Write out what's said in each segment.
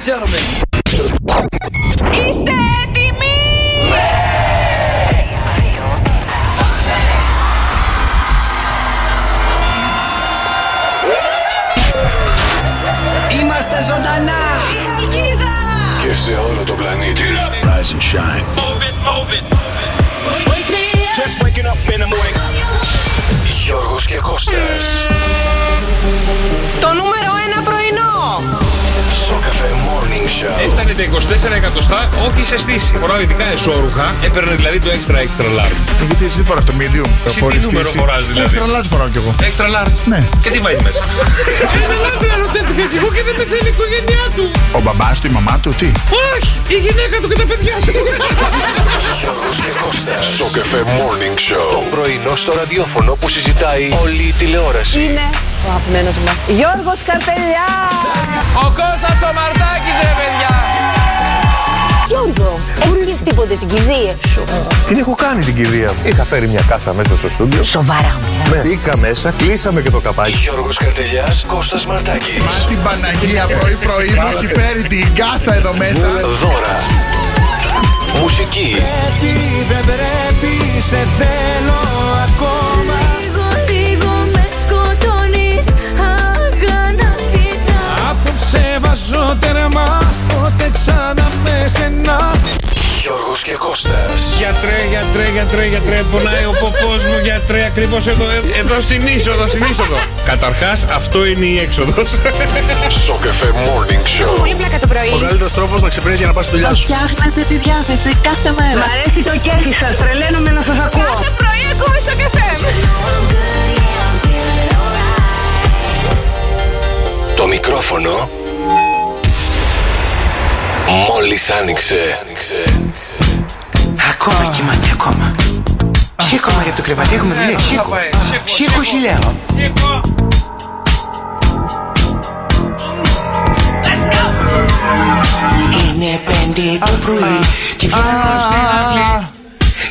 ξέρουμε. Είστε έτοιμοι! Είμαστε ζωντανά. Η Χαλκίδα! Και σε όλο το πλανήτη. Rise and shine. Just waking up in the morning. Γιώργος και Κώστας. Το νούμερο ένα πρωινό. Σοκαφέ Morning Show. Έφτανε τα 24 εκατοστά, όχι σε στήση. Φοράω ειδικά εσόρουχα. Έπαιρνε δηλαδή το extra extra large. Γιατί εσύ δεν φοράς το medium. Εσύ τι Χωρίς νούμερο τύση. φοράς, δηλαδή? Extra large φοράω κι εγώ. Extra large. Ναι. Και τι βάζει μέσα. Ένα άντρα ρωτήθηκα κι εγώ και δεν με θέλει η οικογένειά του. Ο μπαμπάς του, η μαμά του, τι. Όχι, η γυναίκα του και τα παιδιά του. Γιώργος και Κώστας. Σοκαφέ Morning Show. Το πρωινό στο ραδιόφωνο που συζητάει όλη η τηλεόραση. Είναι ο αγαπημένος μας Γιώργος Καρτελιάς. Ο Κώστας ο Μαρτάκης ρε παιδιά. Γιώργο, όλοι χτύπονται την κηδεία σου. Την έχω κάνει την κηδεία μου. Είχα φέρει μια κάσα μέσα στο στούντιο. Σοβαρά Με μπήκα μέσα, κλείσαμε και το καπάκι. Γιώργος Καρτελιάς, Κώστας Μαρτάκης. Την Παναγία πρωί-πρωί μου έχει φέρει την κάσα εδώ μέσα. Δώρα. Μουσική. Λίγο, λίγο με σκοτώνεις Αγανάκτησα Γιώργος και Κώστας. Γιατρέ, γιατρέ, γιατρέ, γιατρέ. Πονάει ο ποπός μου, γιατρέ. Ακριβώς εδώ, ε- εδώ στην είσοδο, στην είσοδο. Καταρχάς, αυτό είναι η έξοδος. Σοκαφέ Morning Show. πλάκα το πρωί. καλύτερος τρόπος να ξεπερνήσει για να πας στη δουλειά σου. Φτιάχνετε τη διάθεση κάθε Ε, μέρα. Μ' αρέσει το κέφι σας. Τρελαίνομαι να σας ακούω. Κάθε πρωί ακούμε στο καφέ Το μικρόφωνο μόλις άνοιξε. άνοιξε. Ακόμα κοιμάται ακόμα. Σήκω Μαρία από το κρεβάτι, έχουμε δουλειά. Σήκω. Σήκω σου λέω. Είναι πέντε το πρωί και βγαίνω στην αυλή.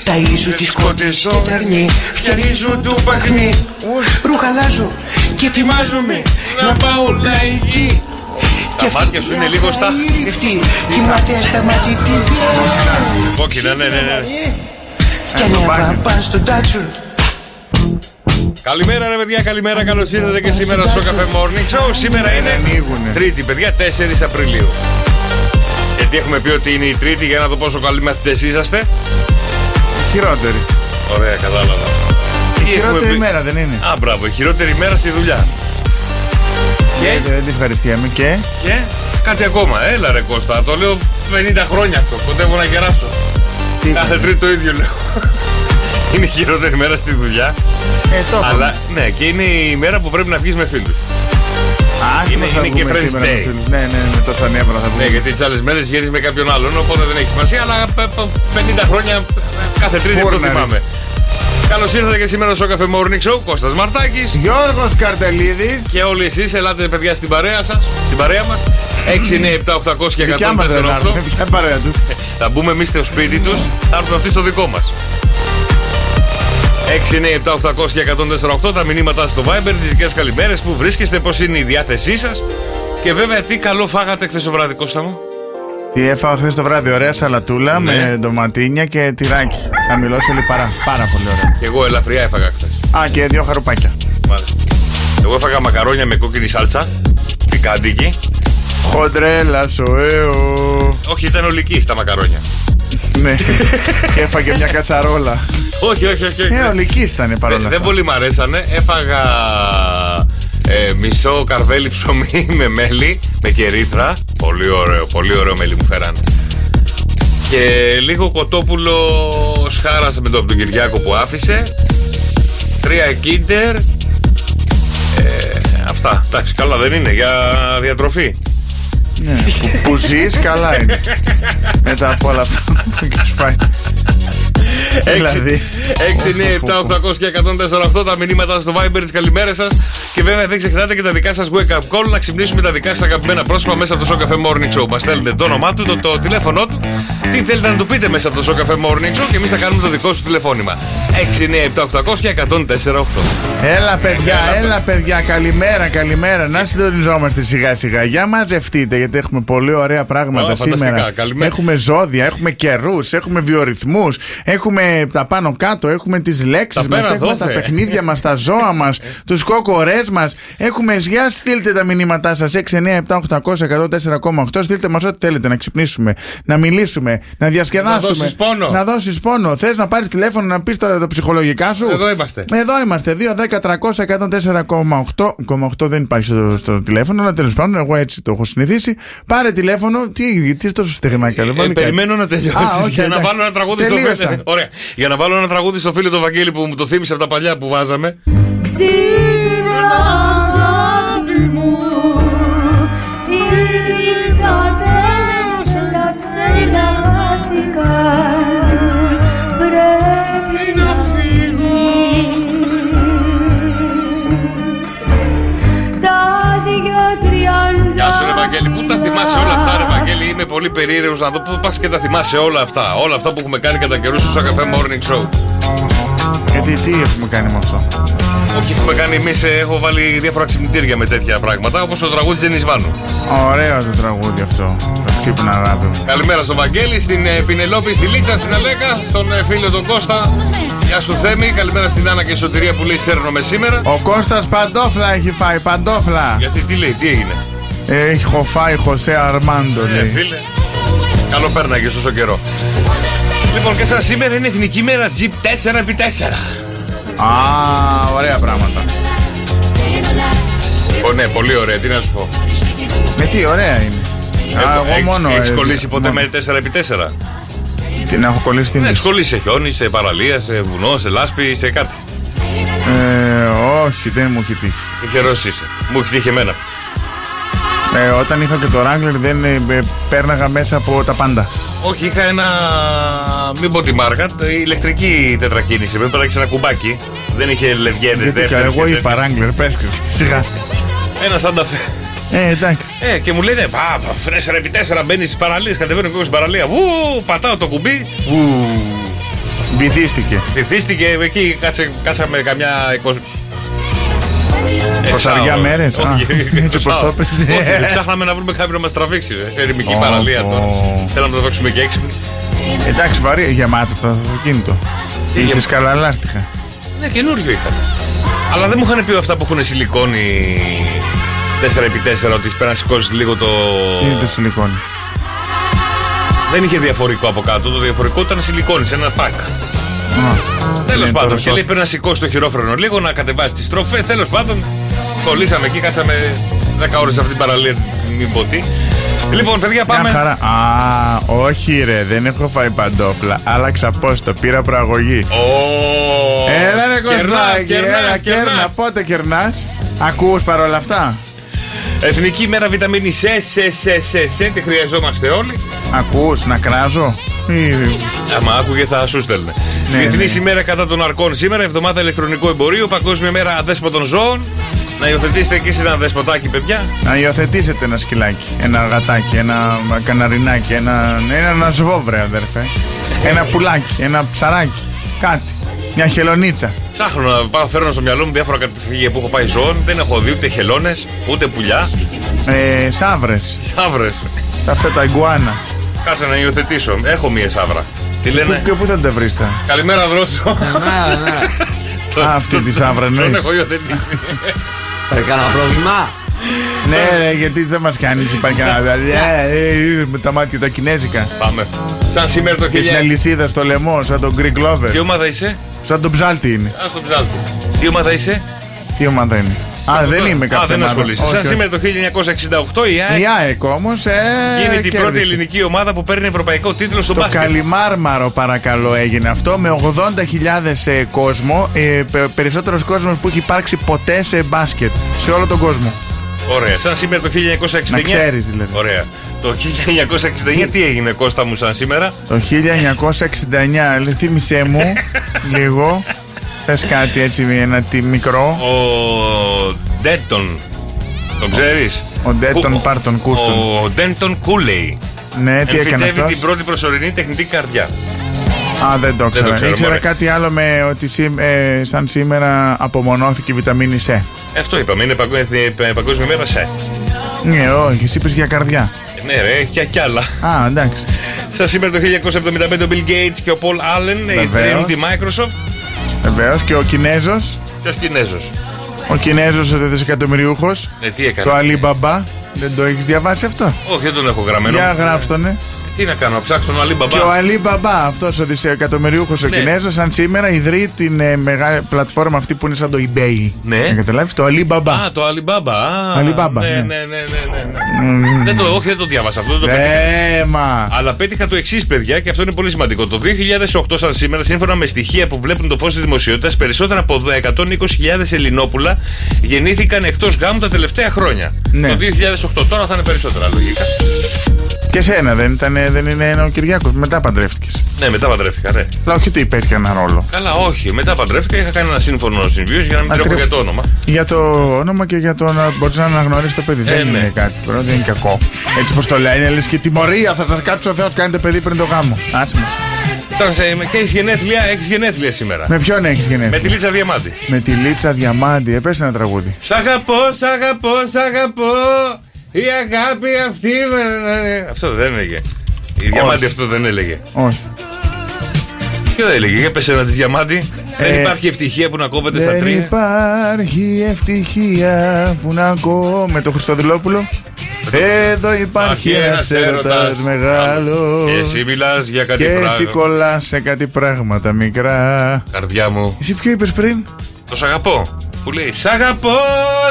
Ταΐζω τις κότες στο περνί, φτιαρίζω το παχνί. Ρούχα αλλάζω και ετοιμάζομαι να πάω λαϊκή. Ναι. Τα μάτια σου είναι λίγο στα- Κοιμάται σταματητή. Κόκκινα, ναι, ναι, ναι. Και να πας στον τάτσο Καλημέρα, ρε παιδιά, καλημέρα. Καλώς ήρθατε και σήμερα στο Cafe Morning Show. Σήμερα είναι ανοίγουνε. Τρίτη, παιδιά, 4 Απριλίου. Γιατί έχουμε πει ότι είναι η Τρίτη για να δω πόσο καλοί μαθητές είσαστε. Χειρότερη. Ωραία, κατάλαβα. Τι έχουμε Χειρότερη πει- μέρα δεν είναι. Α, μπράβο, η χειρότερη μέρα στη δουλειά. Ε, Και, Δεν την ευχαριστιέμαι και. και κάτι ακόμα, έλα ρε Κώστα, το λέω 50 χρόνια αυτό, κοντεύω να γεράσω. Τι Κάθε τρίτη το ίδιο λέω. είναι η χειρότερη μέρα στη δουλειά, Ε, το είπαμε. αλλά ναι, και είναι η μέρα που πρέπει να βγεις με φίλους. Άσε είναι- μας να είναι και βγούμε Friends σήμερα με Day. φίλους. Ναι, ναι, με τόσα νεύρα Ναι, θα βγούμε. γιατί τις άλλες μέρες βγαίνει με κάποιον άλλον, οπότε δεν έχει σημασία, αλλά π- π- 50 χρόνια π- κάθε Τρίτη Μπορεί το να θυμάμαι. Καλώς ήρθατε και σήμερα στο Cafe Morning Show, Κώστας Μαρτάκης Γιώργος Καρτελίδης. και όλοι εσείς ελάτε παιδιά στην παρέα σας, στην παρέα μας 6, 9, 7, 800 και Δικιά μας δεν 148 άρθουν, δικιά παρέα τους. Θα μπούμε εμείς στο σπίτι τους, θα έρθουν αυτοί στο δικό μας 6, 9, 7, 800 και 148 τα μηνύματά σας στο Viber, τις δικές καλημέρες που βρίσκεστε, πώς είναι η διάθεσή σας και βέβαια τι καλό φάγατε χθες το βράδυ Κώστα μου Τι έφαγα χθες το βράδυ, ωραία σαλατούλα με ντοματίνια και τυράκι. Χαμηλό σε λιπαρά. Πάρα πολύ ωραία. και εγώ ελαφριά έφαγα χθες Α, και δύο χαρουπάκια. Μάλιστα. Εγώ έφαγα μακαρόνια με κόκκινη σάλτσα. Πικάντικη. Χοντρέλα, σοέο. Όχι, ήταν ολική στα μακαρόνια. Ναι. και έφαγε μια κατσαρόλα. Όχι, όχι, όχι. όχι. Ε, ολική ήταν Δε- παρόλα δεν αυτά. πολύ μ' αρέσανε. Έφαγα ε, μισό καρβέλι ψωμί με μέλι, με κερίθρα. Πολύ ωραίο, πολύ ωραίο μέλι μου φέρανε. Και λίγο κοτόπουλο σχάρασα με τον τον Κυριάκο που άφησε. Τρία κίντερ. Ε, αυτά. Εντάξει, καλά δεν είναι για διατροφή. Ναι, που- Που ζεις, καλά είναι. Μετά από όλα αυτά που έχεις πάει. Δηλαδή. 6, 9, 7, 800 ναι, και 148 τα μηνύματα στο Viber της καλημέρας σας. Και βέβαια δεν ξεχνάτε και τα δικά σας wake up call να ξυπνήσουμε τα δικά σας αγαπημένα πρόσωπα μέσα από το Show Cafe Morning Show. Μας στέλνετε το όνομά του, το, το τηλέφωνό του, τι θέλετε να του πείτε μέσα από το Show Cafe Morning Show και εμείς θα κάνουμε το δικό σου τηλεφώνημα. 6, 9, 7, 800 και 148. Έλα παιδιά, έλα παιδιά, καλημέρα, καλημέρα. Να συντονιζόμαστε σιγά σιγά. Για μαζευτείτε, γιατί έχουμε πολύ ωραία πράγματα Α, φανταστικά. σήμερα. Καλημέρα. Έχουμε ζώδια, έχουμε καιρούς, έχουμε βιορυθμούς, έχουμε τα πάνω κάτω, έχουμε τις λέξεις Τα μας, πέρα έχουμε τα δόθε. παιχνίδια μας, τα ζώα μας, τους κόκορέ μας. Έχουμε ζιά, στείλτε τα μηνύματά σας. 6, 9, 7, 800, 104,8. Στείλτε μας ό,τι θέλετε να ξυπνήσουμε, να μιλήσουμε, να διασκεδάσουμε. δώσεις πόνο. Να δώσεις πόνο. Θες να πάρεις τηλέφωνο να πεις τα τα ψυχολογικά σου. Εδώ είμαστε. Εδώ είμαστε. 2, 10, 300, 104,8. 8 δεν υπάρχει στο, στο τηλέφωνο, αλλά τέλος πάντων, εγώ έτσι το έχω συνηθίσει. Πάρε τηλέφωνο. Τι, τι τόσο στεγνάκια, δεν Ε, βάλει κάτι. περιμένω να Α, τελειώσει όχι, για να εντάξει. βάλω ένα τραγούδι στο Τελείωσα. φίλο. Ωραία. Για να βάλω ένα τραγούδι στο φίλο του Βαγγέλη που μου το θύμισε από τα παλιά που βάζαμε. Ξύπνα αγάπη μου Η νύχτα πέρασε τα στέλνα χάθηκαν Πρέπει να φύγεις Τα δυο τριάντα Γεια σου, ρε Βαγγέλη. Πού τα θυμάσαι όλα αυτά, ρε Βαγγέλη. Είμαι πολύ περίεργος να δω πού πας και τα θυμάσαι όλα αυτά. Όλα αυτά που έχουμε κάνει κατά καιρούς στο Σακαφέ Morning Show. Γιατί τι έχουμε κάνει με αυτό. Όχι, έχουμε κάνει εμείς, έχω βάλει διάφορα ξυπνητήρια με τέτοια πράγματα, όπως το τραγούδι Τζένις Βάνου. Ωραίο το τραγούδι αυτό. Το ξύπνα, αγάπη μου. Καλημέρα στον Βαγγέλη, στην ε, Πινελόπη, στη Λίτσα, στην Αλέκα, στον ε, φίλο τον Κώστα. Γεια σου, Θέμη. Καλημέρα στην Άννα και η Σωτηρία που λέει ξέρνομαι σήμερα. Ο Κώστας παντόφλα έχει φάει, παντόφλα. Γιατί τι λέει, τι έγινε. Έχω φάει Χωσέ Αρμάντο, Ε, λέει. φίλε. Καλό πέρναγε τόσο καιρό. Λοιπόν, και σαν σήμερα είναι εθνική μέρα Jeep 4x4. Α, ωραία πράγματα. Ω, ναι, πολύ ωραία, τι να σου πω. Με Ε, τι, ωραία είναι. Α, εγώ μόνο. Έχεις ε, κολλήσει ποτέ μόνο. με 4x4. Την έχω κολλήσει την. Ναι, έχεις κολλήσει σε χιόνι, σε παραλία, σε βουνό, σε λάσπη, σε κάτι. Ε, όχι, δεν μου έχει τύχει. Τι καιρό είσαι. Μου έχει τύχει εμένα. Ε, όταν είχα και το Wrangler δεν ε, ε, πέρναγα μέσα από τα πάντα. Όχι, είχα ένα. Μην πω τη μάρκα, το- η ηλεκτρική τετρακίνηση. Πρέπει να έχει ένα κουμπάκι. Δεν είχε λευγένες, Γιατί καλά, εγώ είπα Wrangler, πες και σιγά. Ένα σαν τα φε- Ε, εντάξει. Ε, και μου λένε, πα, πα, 4x4 μπαίνεις στις παραλίες, κατεβαίνω και εγώ στην παραλία. Βου, πατάω το κουμπί, Ου, βυθίστηκε. βυθίστηκε εκεί, κάτσε, κάτσαμε καμιά 20. Προσαριά Εξάωρο. μέρες, α, Όχι, έτσι όπως εξάωρο. το έπαιζε. Όχι, Ψάχναμε να βρούμε κάποιον να μας τραβήξει ε, σε ερημική Ω, παραλία τώρα. ω. Θέλαμε να το δώσουμε και έξυπνοι. Εντάξει, βαρύ, γεμάτο το αυτοκίνητο. Είχες καλά λάστιχα. Ναι, καινούριο ήταν. Αλλά δεν μου είχαν πει αυτά που έχουν σιλικόνη 4x4 ότι πρέπει να σηκώσεις λίγο το. Είναι το σιλικόνι. Δεν είχε διαφορικό από κάτω. Το διαφορικό ήταν σιλικόνη σε ένα πακ. Τέλος Ναι, πάντων. Και τώρα λέει σώθηκα. πρέπει να σηκώσει το χειρόφρενο λίγο, να κατεβάσει τις τροφέ. Τέλος πάντων. Κολλήσαμε εκεί, κάτσαμε 10 ώρε σε αυτή την παραλία. Μην πω τι. Λοιπόν, παιδιά, Μια πάμε. χαρά. Α, όχι ρε, δεν έχω φάει παντόφλα. Άλλαξα πόστο, πήρα προαγωγή. Ω, Έλα ρε κερνάς, Κωστάκη, κερνάς, έλα κερνάς. κέρνα. Πότε κερνάς. Ακούς παρόλα αυτά. Εθνική μέρα βιταμίνη σε, σε, σε, σε, σε, τη χρειαζόμαστε όλοι. Ακούς να κράζω. Ή- Άμα άκουγε θα σου στέλνε. Ναι, Διεθνής ναι. ημέρα κατά των αρκών σήμερα, εβδομάδα ηλεκτρονικού εμπορίου, παγκόσμια μέρα αδέσποτων ζώων. Να υιοθετήσετε και εσείς ένα δεσποτάκι, παιδιά. Να υιοθετήσετε ένα σκυλάκι, ένα γατάκι, ένα καναρινάκι, ένα, ένα, ένα σβόβρε αδερφέ. Ένα πουλάκι, ένα ψαράκι, κάτι. Μια χελονίτσα. Ψάχνω να πάω, φέρνω στο μυαλό μου διάφορα καταφύγια που έχω πάει ζώων. Δεν έχω δει ούτε χελώνες, ούτε πουλιά. Ε, Σαύρες. Σαύρες. Αυτά τα ιγκουάνα. Κάτσε να υιοθετήσω. Έχω μία σαύρα. Τι λένε. Πού και πού θα τα βρει τα. Καλημέρα, δρόσο. Ναι, Το- Α, αυτή τη σαύρα Τον εννοείς. έχω υιοθετήσει. Υπάρχει κανένα πρόβλημα. Ναι, ρε, γιατί δεν μας κάνεις, υπάρχει κανένα. Ε, ε, ε, Με τα μάτια τα κινέζικα. Πάμε. Σαν σήμερα το Και την 1000. αλυσίδα στο λαιμό, σαν τον Greek Τι Lover. ομάδα είσαι, Σαν τον ψάλτη είναι. α τον ψάλτη. Τι ομάδα είσαι, Τι ομάδα είναι. Α, δεν είμαι Α, κάποια δεν ομάδα. ασχολείσαι. Όχι, Σαν όχι. σήμερα το 1968 η ΑΕΚ Η ΑΕΚ όμως. Γίνεται η πρώτη ελληνική ομάδα που παίρνει ευρωπαϊκό τίτλο στο ε, Το μπάσκετ. Καλιμάρμαρο παρακαλώ έγινε αυτό με 80.000 ε, κόσμο, ε, πε- περισσότερος κόσμος που έχει υπάρξει ποτέ σε μπάσκετ σε όλο τον κόσμο. Ωραία. Σαν σήμερα το 1969. Να ξέρεις, δηλαδή. Ωραία. Το 1969 τι έγινε Κώστα μου σαν σήμερα. Το 1969, λε, θύμισέ μου λίγο. Θες κάτι έτσι, ένα τι μικρό. Ο Ντέντον. Τον ξέρεις. Ο Ντέντον Πάρτον Κούστον. Ο Ντέντον Κούλεϊ. Ναι, τι έκανε Εμφυτεύει την αυτός. πρώτη προσωρινή τεχνητή καρδιά. Α, δεν το το ξέρω. ξέρω, Ήξερα μωρέ. κάτι άλλο με ότι σή- ε, σαν σήμερα απομονώθηκε η βιταμίνη C. Ε, Αυτό είπαμε, είναι παγκο- εθνι- πα- παγκόσμια μέρα σε. Ναι, όχι, εσύ είπες για καρδιά. Ναι, ρε, έχει κι άλλα. Α, εντάξει. Σα σήμερα το 1975 ο Bill Gates και ο Paul Allen Βεβαίως. ιδρύουν τη Microsoft. Βεβαίως και ο Κινέζος Ποιος Κινέζος. Ο Κινέζος ο δισεκατομμυριούχος Ε, τι έκανε. Το Alibaba. Δεν το έχεις διαβάσει αυτό. Όχι, δεν τον έχω γραμμένο. Για γράψτονε. Τι να κάνω, να ψάξω τον Αλή Μπαμπά. Και ο Αλή Μπαμπά, αυτός ο δισεκατομμυριούχο ο Ναι. Κινέζος, σαν σήμερα ιδρύει την ε, μεγάλη πλατφόρμα αυτή που είναι σαν το eBay. Ναι. Να καταλάβεις το Αλή Μπαμπά. Α, το Αλή Μπαμπά. Α, Αλή Μπαμπά, Ναι, ναι. ναι, ναι, ναι. ναι. Δεν το, όχι, δεν το διάβασα αυτό. Δεν το πέτυχα. Θέμα. Αλλά πέτυχα το εξής, παιδιά, και αυτό είναι πολύ σημαντικό. Το 2008, σαν σήμερα, σύμφωνα με στοιχεία που βλέπουν το φως της δημοσιότητας, περισσότερα από 120.000 Ελληνόπουλα γεννήθηκαν εκτός γάμου τα τελευταία χρόνια. Ναι. Το 2008, τώρα θα είναι περισσότερα, λογικά. Και σένα δεν, ήταν, ε, δεν είναι ένα ο Κυριάκος. Μετά παντρεύτηκες. Ναι, μετά παντρεύτηκα, ναι. Αλλά όχι ότι υπήρχε ένα ρόλο. Καλά, όχι. Μετά παντρεύτηκα, είχα κάνει ένα σύμφωνο συμβίωση για να μην τρέχω για Ακριβώς. το όνομα. Για το όνομα και για το να μπορείς να αναγνωρίσεις το παιδί. δεν ναι. είναι κάτι πρώτο, δεν είναι κακό. Έτσι πως το λένε, λες και τιμωρία θα σας κάψει ο Θεός. Κάνετε παιδί πριν το γάμο. Άσε μας. Σαν σε, και έχεις γενέθλια, έχεις γενέθλια σήμερα. Με ποιον έχεις Με γενέθλια. τη Λίτσα Διαμάντη. Με τη λίτσα διαμάντη. Έπεσε ένα τραγούδι. Σ' αγαπώ, σ' αγαπώ, σ' αγαπώ. Η αγάπη αυτή. με- Αυτό δεν έλεγε. Η διαμάντη αυτό δεν έλεγε. Όχι. Ποιο δεν έλεγε, για πες ένα της διαμάντη. Δεν υπάρχει ευτυχία που να κόβεται στα Ε, Δεν τρία. υπάρχει ευτυχία που να ακούω με το Χριστοδηλόπουλο. Εδώ υπάρχει ένας ένας έρωτας έρωτας. μεγάλος. Και εσύ μιλάς για κάτι και εσύ πράγμα. κολλάς σε κάτι πράγματα μικρά. Καρδιά μου. Εσύ ποιο είπες πριν, Τος σ' αγαπώ. Που λέει Σ' αγαπώ,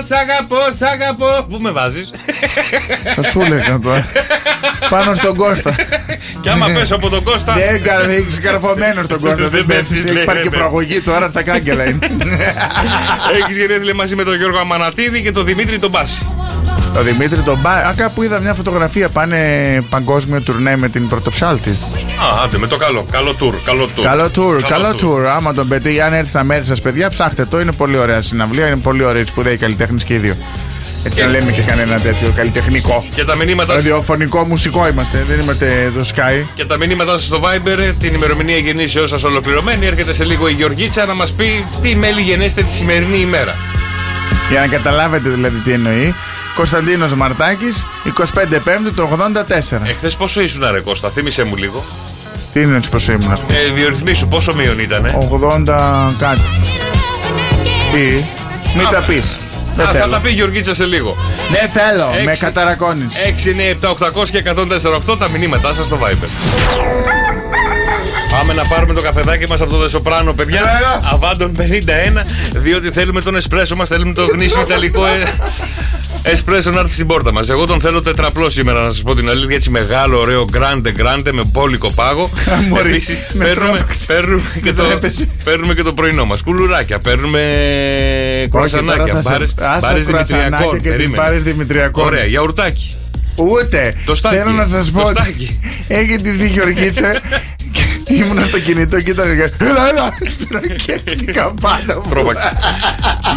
σ' αγαπώ, σ' αγαπώ. Πού με βάζεις. θα σου έλεγα τώρα. Πάνω στον Κώστα. και άμα πέσω από τον Κώστα. δεν καρδίζει καρφωμένο στον Κώστα. δεν Δεν πέφτεις. πέφτεις, λέει, Υπάρχει και δεν προαγωγή τώρα στα κάγκελα είναι. Έχεις γενέθλια μαζί με τον Γιώργο Αμανατίδη και τον Δημήτρη τον Μπάση. Ο Δημήτρη τον Μπά. Α, κάπου είδα μια φωτογραφία. Πάνε παγκόσμιο τουρνέ με την πρωτοψάλτη. Α, άντε με το καλό. Καλό τουρ. Καλό τουρ. Καλό tour, καλό tour. tour. Άμα τον πετύχει, αν έρθει τα μέρη σας, παιδιά, ψάχτε το. Είναι πολύ ωραία συναυλία, είναι πολύ ωραία σπουδαίοι καλλιτέχνες και οι δύο. Έτσι να Έτσι. λέμε και κανένα τέτοιο καλλιτεχνικό. Και τα μηνύματα, Ραδιοφωνικό, μουσικό είμαστε, δεν είμαστε το Sky. και τα μηνύματα σας στο Viber, την ημερομηνία γεννήσεώς σας ολοκληρωμένη. Έρχεται σε λίγο η Γεωργίτσα να μας πει τι μέλη γενέστε τη σημερινή ημέρα. Για να καταλάβετε δηλαδή τι εννοεί. Κωνσταντίνος Μαρτάκης, 25 Πέμπτη του 84. Εχθές πόσο ήσουν ρε Κώστα, θύμισε μου λίγο. Τι είναι έτσι πω ήμουν. Ε, βιορυθμί σου, πόσο μείον ήτανε. 80 κάτι. Τι. Μην τα πεις. Δεν Α, θα τα θέλω. πει η Γεωργίτσα σε λίγο. Δεν θέλω. Με Έξι. Ε, καταρακώνει. 6, 9, 7, 800 και 148 τα μηνύματά σας στο Viber. Πάμε να πάρουμε το καφεδάκι μας από το Δεσοπράνο, παιδιά. Βέβαια. Αβάντον 51, διότι θέλουμε τον εσπρέσο μας, θέλουμε το γνήσιο ιταλικό ε, εσπρέσο να έρθει στην πόρτα μας. Εγώ τον θέλω τετραπλό σήμερα, να σας πω την αλήθεια. Έτσι μεγάλο, ωραίο, grande, grande, με πόλικο πάγο. Μωρή, Επίσης, με παίρνουμε, τρόμαξες. παίρνουμε και Δεν το, τρέπεσαι. παίρνουμε και το πρωινό μας. Κουλουράκια, παίρνουμε τώρα κρουασανάκια, θα σε- μπάρες, Άστα μπάρες κρουασανάκια δημητριακών. και τις περίμενε. μπάρες δημητριακών. Ωραία, γιαουρτάκι. Ούτε. Το στάκι. Θέλω να σας Το πω. ότι στάκι. Έγινε τη δει η Γεωργίτσα. και ήμουνα στο κινητό και ήταν. Έλα, έλα. Και έκλεικα πάνω. μου. Τρώμαξε.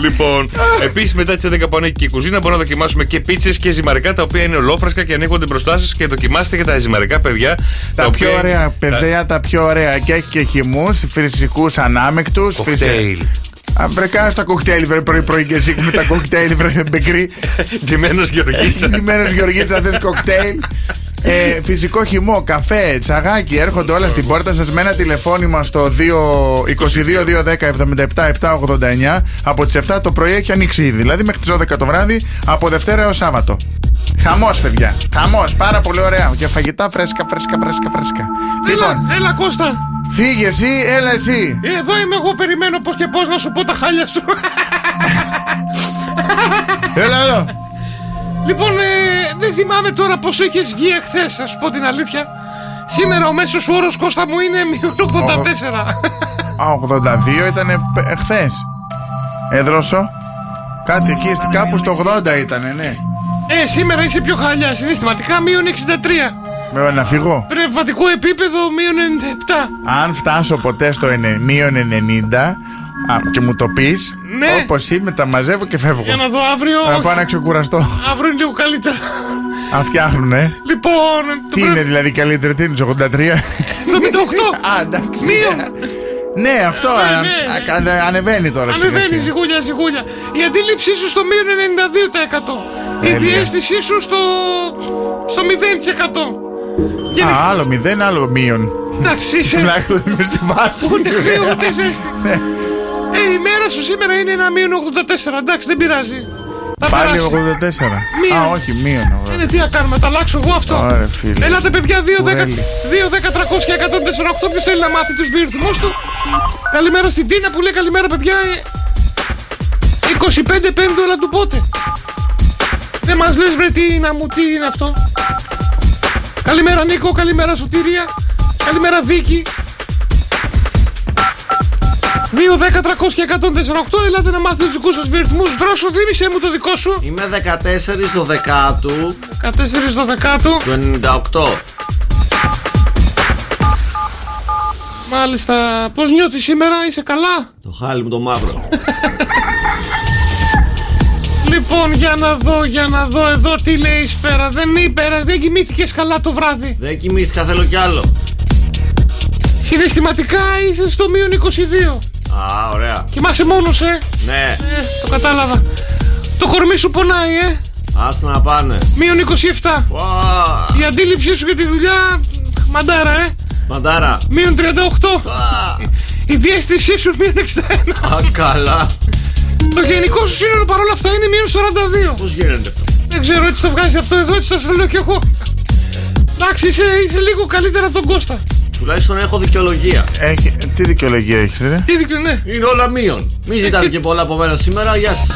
λοιπόν, επίσης μετά τις 11 που ανήκει και η κουζίνα, μπορούμε να δοκιμάσουμε και πίτσες και ζυμαρικά τα οποία είναι ολόφρασκα και ανοίγονται μπροστά σας και δοκιμάστε και τα ζυμαρικά παιδιά. Τα οποία πιο είναι- ωραία τα- παιδεία, τα πιο ωραία. Και έχει και χυμούς, φυσικούς ανάμεκτους. Κοκτέιλ. Αμπρεκά στα κοκτέιλ, βρε πρωί-πρωί και εσύ με τα κοκτέιλ, βρε μπεκρή. Ντυμένο Ε, Γεωργίτσα. Ντυμένος Γεωργίτσα, θες κοκτέιλ. Ε, φυσικό χυμό, καφέ, τσαγάκι έρχονται όλα στην πόρτα σας με ένα τηλεφώνημα στο 222-210-77-789. Από τις 7 το πρωί έχει ανοίξει ήδη, δηλαδή μέχρι τις 12 το βράδυ, από Δευτέρα έως Σάββατο. Χαμός, παιδιά. Χαμός, πάρα πολύ ωραία. Και φαγητά φρέσκα, φρέσκα, φρέσκα, φρέσκα. Λοιπόν, Έλα, έλα Κώστα. φύγε εσύ, έλα εσύ. Ε, Εδώ είμαι εγώ, περιμένω πώς και πώς να σου πω τα χάλια σου. Έλα εδώ. λοιπόν, ε, δεν θυμάμαι τώρα πόσο είχες βγει εχθές, να σου πω την αλήθεια. Σήμερα ο μέσος όρος Κώστα μου είναι μείον 84. Α, 82 ήταν εχθές. Έδροσο. Κάτι εκεί, κάπου στο 80 ήταν, ναι. Ε, σήμερα είσαι πιο χαλιά. Συναισθηματικά μείον 63. Πρέπει να φύγω. Πνευματικό επίπεδο μείον 97. Αν φτάσω ποτέ στο ενε- μείον 90 α, και μου το πεις, Ναι. όπως είμαι, τα μαζεύω και φεύγω. Για να δω αύριο. Να πάω να ξεκουραστώ. Αύριο είναι λίγο καλύτερα. Αν φτιάχνουνε. Λοιπόν, το Τι πρωί- είναι δηλαδή καλύτερη, τι είναι, τους 83. 78. Α, εντάξει. Μείον. Ναι, αυτό Ναι, α, ναι. α, ανε- ανεβαίνει τώρα σιγά Ανεβαίνει σιγά. ζυγούλια, ζυγούλια. Η αντίληψή σου στο μείον 92%. Η Τέλεια. διέστησή σου στο, στο 0%. Και Α, άλλο μηδέν, άλλο μείον. εντάξει, είσαι Τουλάχιστον είμαι στη βάση. Ναι. ούτε χρήμα ούτε ζέστη. Ε, η μέρα σου σήμερα είναι ένα μείον 84. Εντάξει, δεν πειράζει. Θα Πάλι περάσει. 84. Μείον. Α, όχι, μείον. ωραία. Ε, τι να κάνουμε, τα αλλάξω εγώ αυτό. Ωραία, φίλε. Ελάτε, παιδιά, 2, 10, 2, 10, 300 Βέλη. και 148. Ποιος θέλει να μάθει τους διορθμού του. Καλημέρα στην Τίνα που λέει καλημέρα, παιδιά. ε, 25 πένδολα του πότε. Δεν μας λες, βρε, τι είναι, μου, τι είναι αυτό. Καλημέρα, Νίκο, καλημέρα, Σωτηρία. Καλημέρα, Βίκη. 2, 10, 300 και 148. Ελάτε να μάθετε τους δικούς σας διορθμού. Δρόσο, δίνησε μου το δικό σου. Είμαι 14 το δεκάτου 14 δεκάτου. του 98. Μάλιστα, πώς νιώθεις σήμερα, είσαι καλά. Το χάλι μου το μαύρο. Λοιπόν, για να δω, για να δω εδώ τι λέει η σφαίρα. Δεν ήπερα, δεν κοιμήθηκες καλά το βράδυ. Δεν κοιμήθηκα, θέλω κι άλλο. Συναισθηματικά είσαι στο μείον 22. Α, ωραία. Κοιμάσαι μόνος, ε. Ναι, ε. Το κατάλαβα. Το κορμί σου πονάει, ε. ας να πάνε. Μείον 27. Ω, Η αντίληψή σου για τη δουλειά, μαντάρα, ε. Μαντάρα. Μείον 38. Α, Η διέστησή σου μείον 61. Α, καλά. Το γενικό σου σύνολο παρόλα αυτά είναι μείον 42. Πώς γίνεται αυτό. Δεν ξέρω, έτσι το βγάζεις αυτό εδώ, έτσι το σου λέω κι εγώ. Εντάξει, είσαι, είσαι λίγο καλύτερα από τον Κώστα. Τουλάχιστον έχω δικαιολογία. Έχει, Ε, τι δικαιολογία έχεις, ρε. Τι δείχνει, ναι. Είναι όλα μείον. Μην ζητάτε και πολλά από μένα σήμερα. Γεια σας.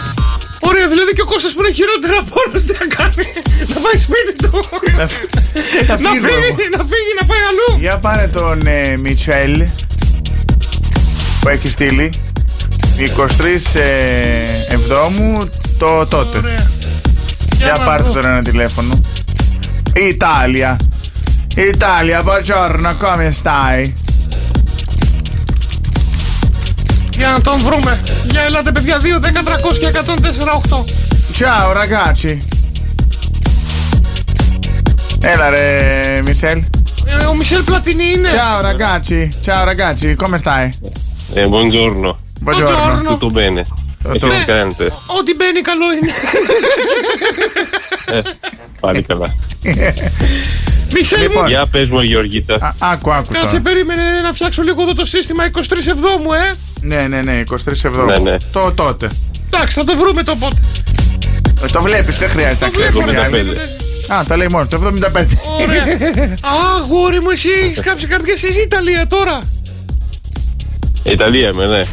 Ωραία, δηλαδή και ο Κώστας που είναι χειρότερα από όλους τι να κάνει. Να πάει σπίτι του. να φύγω εγώ. φύγει, να φύγει, να πάει αλλού. Για πάρε τον ε, Μιτσέλ που έχει στείλει 23 ε, Εβδόμου το τότε. Ωραία. Για να πάρτε δω. τώρα ένα τηλέφωνο. Ιταλία. Ιταλία, buongiorno, come stai? Για να τον βρούμε. Για ελάτε παιδιά, 2, 10, 300 και 148. Ciao ragazzi. Έλα ρε Μιτσέλ. Ε, ο Μισελ Πλατινί είναι. Ciao ragazzi, ciao ragazzi, come stai? Eh, buongiorno, Buongiorno. tutto bene? E Tutto- che cante? Ό,τι μπαίνει καλό είναι. Ε, Πάλι καλά. Μισελ μου, Λοιπόν. Για πες μου, Γεωργίτα. Α, Άκου, άκου κάτσε τώρα. Ε, περίμενε να φτιάξω λίγο εδώ το σύστημα 23 εβδόμου, ε. Ναι, ναι, ναι, 23 ευρώ. Ναι, ναι. Το τότε. Εντάξει, θα το βρούμε το πότε. Ε, Το βλέπεις, δεν χρειάζεται να Το ξέρεις. βλέπω, ρε, 75. παιδί, δεν- Α, τα λέει μόνο, το 75. Ωραία. Α, αγόρι μου, εσύ έχεις κάψει καρδιά. Εσύ Ιταλία τώρα. Ιταλία με, ναι. Α,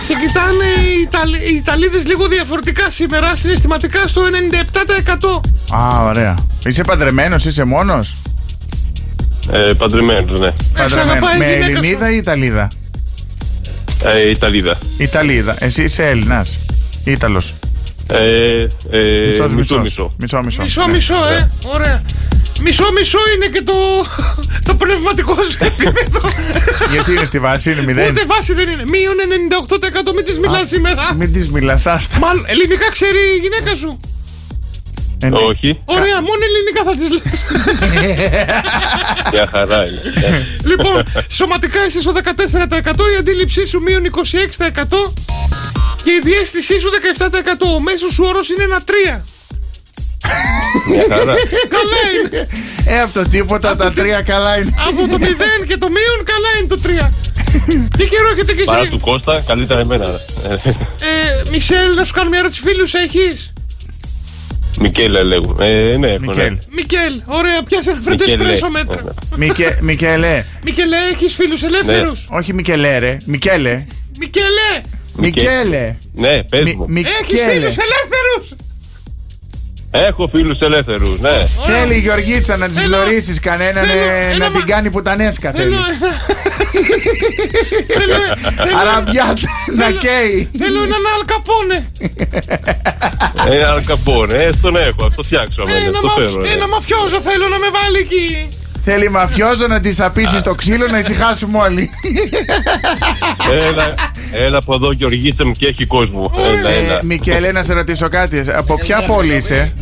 σε κοιτάνε οι, Ιταλ- οι Ιταλίδες λίγο διαφορετικά σήμερα, συναισθηματικά στο 97%. Α, ωραία. Είσαι παντρεμένος, είσαι μόνος. Ε, παντρεμένος, ναι. Ε, σ' Παντρεμένος. αγαπάει η Με γυναίκα σου. Ελληνίδα ή Ιταλίδα. Ε, Ιταλίδα. Ιταλίδα. Εσύ είσαι Έλληνας. Ιταλός. Ε, ε, Μισός, μισός, μισός. μισό. Μισό, μισό. Μισό, Ναι. μισό, ε. Ωραία. Μισό, μισό είναι και το, το πνευματικό σου επίπεδο. Ναι. Γιατί είναι στη βάση, είναι μηδέν. Ούτε βάση δεν είναι. Μείον 98% μην της μιλάς σήμερα. Μην της μιλάς, άστα. Μάλλον ελληνικά ξέρει η γυναίκα σου. Ε, ναι. Όχι, Ωραία, μόνο ελληνικά θα της λες. μια χαρά είναι. Ε, Λοιπόν, σωματικά είσαι στο 14%, η αντίληψή σου μείον 26% και η διέστησή σου 17%. Ο μέσος σου όρος είναι ένα 3. Μια χαρά. Καλά είναι. Ε, από το τίποτα τα τρία καλά είναι. Από το 0 και το μείον, καλά είναι το 3. Τι καιρό έχετε και Παρά του εσύ. Κώστα, καλύτερα εμένα. Ε, Ε, Μισελ, να σου κάνω μια ερώτηση. Φίλους έχεις. Μικέλα λέγουμε. Ε, ναι, έχω, ναι. Μικέλ. Μικέλ, ωραία, πιάσε ένα φρεντέ Μικέλε. πρέσο μέτρα. Μικε- Μικελέ. Μικελέ, έχεις φίλους ελεύθερους. Όχι Μικελέ, ρε. Μικέλε. Μικελέ, Μικέ- Μικέλε. Ναι, πες Μι- μου. Ε, έχεις Μικέλε. φίλους ελεύθερους. Έχω φίλους ελεύθερους, ναι. Θέλει η Γεωργίτσα να τη γνωρίσει κανέναν ε, να την κάνει πουτανέσκα. Θέλει. Αραβιά να καίει. Θέλω έναν αλκαπόνε. Ένα καπόρ, ε, τον έχω, ας το φτιάξω ναι, αμέσω. Ένα, Το μα... ναι. θέλω. ε. ένα μαφιόζο θέλω να με βάλει εκεί. Θέλει μαφιόζο να τη απίσει το ξύλο να ησυχάσουμε όλοι. Έλα, έλα από εδώ, Γεωργίτσα μου και έχει κόσμο. Έλα, Ε, έλα. Μικέλε, να σε ρωτήσω κάτι. Από Ε, ποια πόλη είσαι,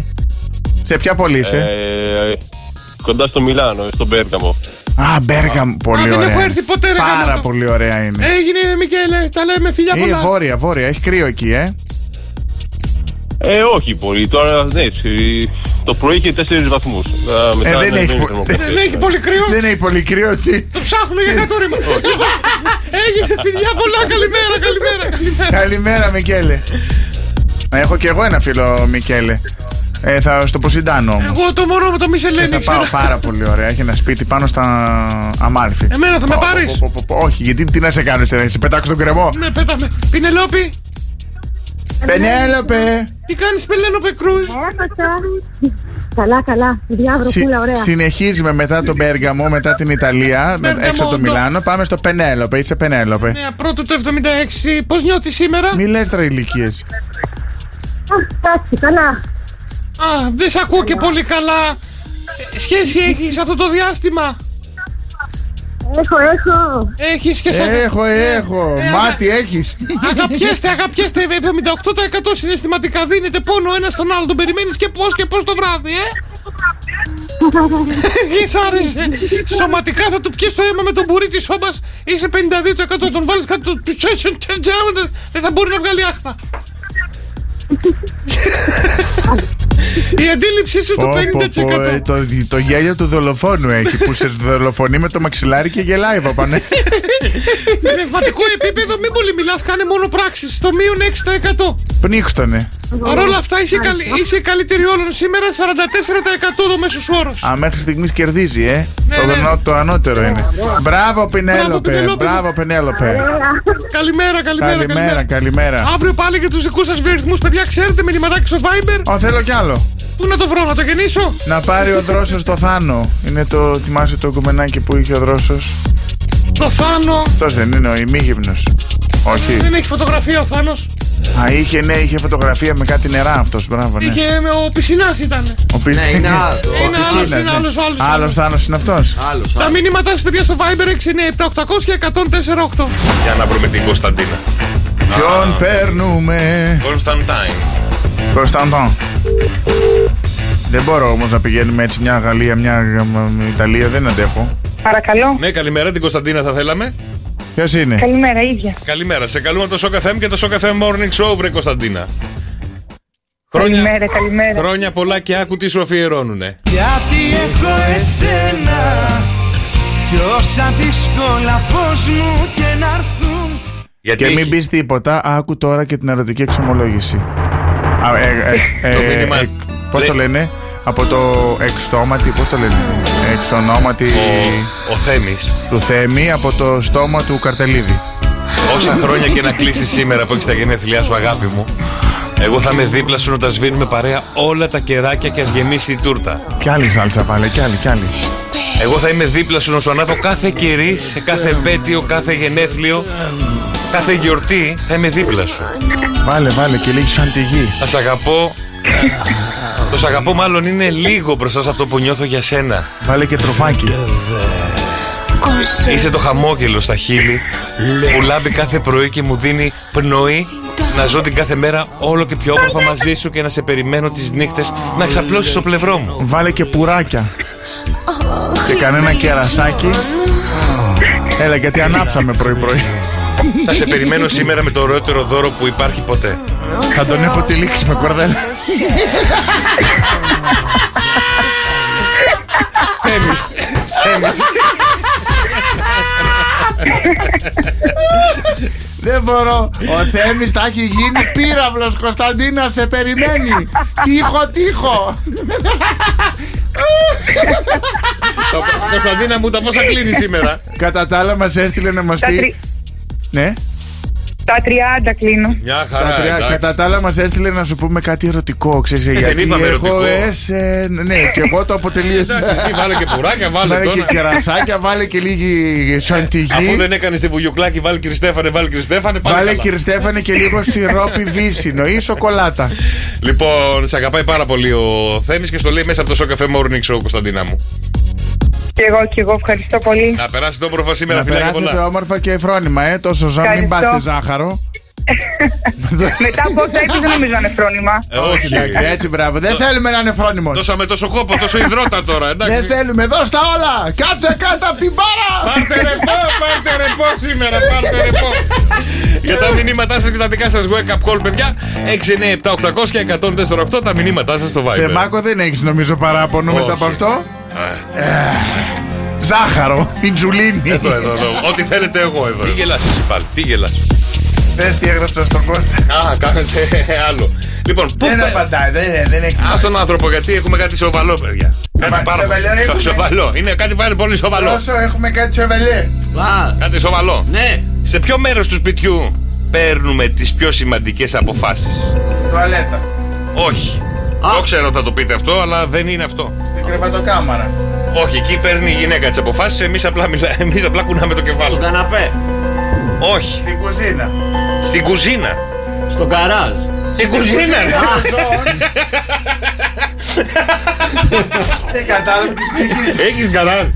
Σε ποια πόλη είσαι, Ε, κοντά στο Μιλάνο, στον Πέργαμο. Α, Μπέργαμ, πολύ δεν ωραία. έχω έρθει ποτέ, ρε, Πάρα γαμώτο. πολύ ωραία είναι. Έγινε, Μικέλε, τα λέμε φιλιά Ε, πολλά. βόρεια, βόρεια, έχει κρύο εκεί, ε. Ε, όχι πολύ. Τώρα ναι, τσι- το πρωί είχε 4 βαθμού. Ναι, Ε, ναι, δεν έχει πο- ναι, πολύ κρύο. Δεν έχει πολύ κρύο. τι. Το ψάχνουμε Ναι. για κατόρυμα. Λοιπόν, Έγινε φιλιά πολλά, καλημέρα, καλημέρα, καλημέρα. Καλημέρα, Μικέλε. Έχω και εγώ ένα φίλο, Μικέλε. Ε, θα στο Ποσιντάνο όμως. Εγώ το μόνο μου το μη σε λένε, Ε, Θα πάω ξέρω. πάρα πολύ ωραία. Έχει ένα σπίτι πάνω στα Αμάλφη. Εμένα θα με Πω, πω, πάρεις? πω, πω, πω. Όχι, γιατί τι να σε κάνω, εσύ, να σε πετάξω τον κρεμό. Ναι, πέταμε. Πινελόπη, Ε, ναι. Πενέλοπε! τι κάνεις Πελένοπε Κρούζ. Καλά, καλά. Διάβροχούλα, ωραία. Συνεχίζουμε μετά τον Πέργαμο, μετά την Ιταλία, με- Ε, Πέργαμο, έξω από το το- Μιλάνο. Πάμε στο Πενέλοπε, είσαι Πενέλοπε. Ναι, πρώτο το 76, πώς νιώθεις σήμερα. Μη λες τώρα ηλικίε. Εντάξει, καλά. Α, δεν σε ακούω και πολύ καλά. Ε, Σχέση έχεις αυτό το διάστημα. Έχω, έχω. Έχεις και σε... Έχω, έχω. ε, Μάτι έχεις. Αγαπιέστε, αγαπιέστε, ε, 78% συναισθηματικά δίνετε πόνο ένα στον άλλο. Τον περιμένεις και πώς και πώς το βράδυ, ε. Γη σ' άρεσε. Σωματικά θα του πιει το αίμα με τον μπουρί της σώμα. Είσαι 52% τον βάλεις κάτω. του- του- του- του- του- του- Δεν θα μπορεί να βγάλει άχνα. Η αντίληψή σου του Πω, πω, πω, ε, 50%. το, το γέλιο του δολοφόνου έχει που σε δολοφονεί με το μαξιλάρι και γελάει παπανέ. Πνευματικό επίπεδο, μην πολύ μιλάς, κάνε μόνο πράξεις. Το μείον 6%. Πνίξτονε. Παρ' όλα αυτά είσαι, καλ, είσαι καλύτερη όλων σήμερα, 44% το μέσος όρος. Α, μέχρι στιγμής κερδίζει, ε. Ναι, το, ναι. δερνό- το ανώτερο είναι. Μπράβο, Μπράβο, Πινέλοπε. Πινέλοπε. Μπράβο, Πινέλοπε. Καλημέρα, καλημέρα, Καλημέρα, καλημέρα. καλημέρα. Αύριο πάλι για τους δικούς σας βιορυθμού, παιδιά, ξέρετε μηνυματάκι στο Viber. Ω, θέλω κι άλλο. Πού να το βρω, να το γεννήσω. Να πάρει ο Δρόσος το Θάνο. Είναι το, θυμάσαι το κομμενάκι που είχε ο Δρόσος. Το Θάνο. Αυτός δεν είναι ο ημίγυμνος. Όχι. Δεν έχει φωτογραφία ο Θάνος. Α, είχε, ναι, είχε φωτογραφία με κάτι νερά αυτός. Μπράβο, ναι. Είχε με ο Πισινάς ήταν. Ο πισ- Ναι, είναι άλλος. ο Είναι άλλος, πισίνας, είναι ναι. άλλος, άλλος, Άλλος άλλος. Θάνος είναι αυτός. Άλλος, Τα μηνύματά σας, παιδιά, στο Viber 697 800 Για να βρούμε την Κωνσταντίνα. Ποιον παίρνουμε. Κωνσταντάιν. Κωνσταντών. Δεν μπορώ όμως να πηγαίνουμε έτσι μια Γαλλία, μια ε, ε, Ιταλία, δεν αντέχω. Παρακαλώ. Ναι, καλημέρα, την Κωνσταντίνα θα θέλαμε. Ποιος είναι. Ε, Καλημέρα, ίδια. Καλημέρα, σε καλούμε από το Shock FM και το Shock FM Morning Show, βρε Κωνσταντίνα. Ε, Καλημέρα, καλημέρα. Χρόνια πολλά και άκου τι σου αφιερώνουνε. Γιατί έχω εσένα Και όσα δύσκολα φως μου και να έρθουν Γιατί Και μην έχει- πεις τίποτα, άκου τώρα και την ερωτική εξομολόγηση. Α, ε, ε, ε, Το ε, μήνυμα- Ναι. ε, πώς το λένε, από το εξτόματι, πώς το λένε, εξονόματι Ο, ο Θέμης. του Θέμη από το στόμα του Καρτελίδη. Όσα χρόνια και να κλείσεις σήμερα που έχεις τα γενέθλιά σου, αγάπη μου, εγώ θα είμαι δίπλα σου όταν σβήνουμε παρέα όλα τα κεράκια και ας γεμίσει η τούρτα. Κι άλλη σάλτσα βάλε, κι άλλη, κι άλλη. Εγώ θα είμαι δίπλα σου να σου ανάβω κάθε κερί, σε κάθε επέτειο, κάθε γενέθλιο, κάθε γιορτή. Θα είμαι δίπλα σου. Βάλε, βάλε και λίγη σαν τη γη. Θα σ' αγαπώ. Το σ' αγαπώ μάλλον είναι λίγο μπροστά σε αυτό που νιώθω για σένα. Βάλε και τροφάκι. Είσαι το χαμόγελο στα χείλη που λάμπει κάθε πρωί και μου δίνει πνοή να ζω την κάθε μέρα όλο και πιο όμορφα μαζί σου και να σε περιμένω τις νύχτες να ξαπλώσεις στο πλευρό μου. Βάλε και πουράκια. Και κανένα κερασάκι. Έλα, γιατί ανάψαμε πρωί-πρωί. Θα σε περιμένω σήμερα με το ωραιότερο δώρο που υπάρχει ποτέ. Θα τον έχω τυλίξει με κορδέλα. Θέμης. Θέμης. Δεν μπορώ. Ο Θέμης θα έχει γίνει πύραυλος Κωνσταντίνα σε περιμένει. τύχο, τύχο. Κωνσταντίνα μου, τα πόσα κλείνει σήμερα. Κατά τα άλλα μας έστειλε να μας Τα, πει... τρι... Ναι. Τα 30 κλείνω. Μια Τα τρία- κατά τα άλλα, μας έστειλε να σου πούμε κάτι ερωτικό. Ξέρεις, Ε, δεν γιατί είπαμε εγώ ερωτικό. έσε- ναι, και εγώ το αποτελείωσα. Εντάξει, εσύ βάλε και πουράκια, βάλε Βάλε και τώρα. κερασάκια, βάλε και λίγη Αφού σαντιγή. δεν έκανες τη βουγιουκλάκη, βάλει κύριε Στέφανε, βάλει κύριε Στέφανε. πάλι Βάλε καλά. κύριε Στέφανε και λίγο σιρόπι βύσινο ή σοκολάτα. Λοιπόν, σε αγαπάει πάρα πολύ ο Θέμης και στο λέει μέσα από το Show Cafe Morning Show, Κωνσταντίνα μου. Και εγώ και εγώ ευχαριστώ πολύ. Να περάσει το όμορφα σήμερα, Να φιλάκια περάσετε πολλά. όμορφα και φρόνημα, ε, τόσο ζώα, μην Ευχαριστώ. πάτε ζάχαρο. Μετά από αυτά είπες δεν νομίζω να είναι φρόνημα. Ε, όχι, Εντάξει, ε. Ναι, Έτσι, μπράβο. Δεν Το- θέλουμε να είναι φρόνιμος. Δώσαμε τόσο κόπο, τόσο υδρότα τώρα, εντάξει. Δεν θέλουμε, δώσ' τα όλα! Κάτσε κάτω από την πάρα! Πάρτε ρεπό, πάρτε ρεπό σήμερα, πάρτε ρεπό. Για τα μηνύματά σας και τα δικά σας wake up call, παιδιά. 697-800 και 148 τα μηνύματά σας στο Viber. Θεμάκο Ε, δεν έχεις νομίζω παράπονο μετά από Όχι. αυτό. Ε, Ζάχαρο, Ιντζουλίνη. Εδώ, εδώ, εδώ. Ό,τι θέλετε εγώ εδώ. Τι γελάς εσύ πάλι, τι γελάς. Δες τι έγραψα στον Κώστα. Α, κάνετε άλλο. Λοιπόν, πού Δεν θα- απαντάει, δεν, δεν έχει. Ας τον άνθρωπο, γιατί έχουμε κάτι σοβαλό, παιδιά. Κάτι πάρα πολύ σοβαλό έχουμε. σο- σοβαλό. Είναι κάτι πάρα πολύ σοβαλό. Όσο έχουμε κάτι τσεβελέ. Κάτι σοβαλό. Ναι. Σε ποιο μέρος του σπιτιού παίρνουμε τις πιο σημαντικές αποφάσεις. Τουαλέτα. Όχι. Το ξέρω θα το πείτε αυτό, αλλά δεν είναι αυτό. Στην κρεβατοκάμαρα. Όχι, εκεί παίρνει η γυναίκα τις αποφάσεις, εμείς απλά, μιλά, εμείς απλά κουνάμε το κεφάλι. Στον καναπέ. Όχι. Στην κουζίνα. Στην κουζίνα. Στον καράζ. Στην κουζίνα. ναι. ρε. Δεν κατάλαβε τη στιγμή. Έχεις γκαράζ.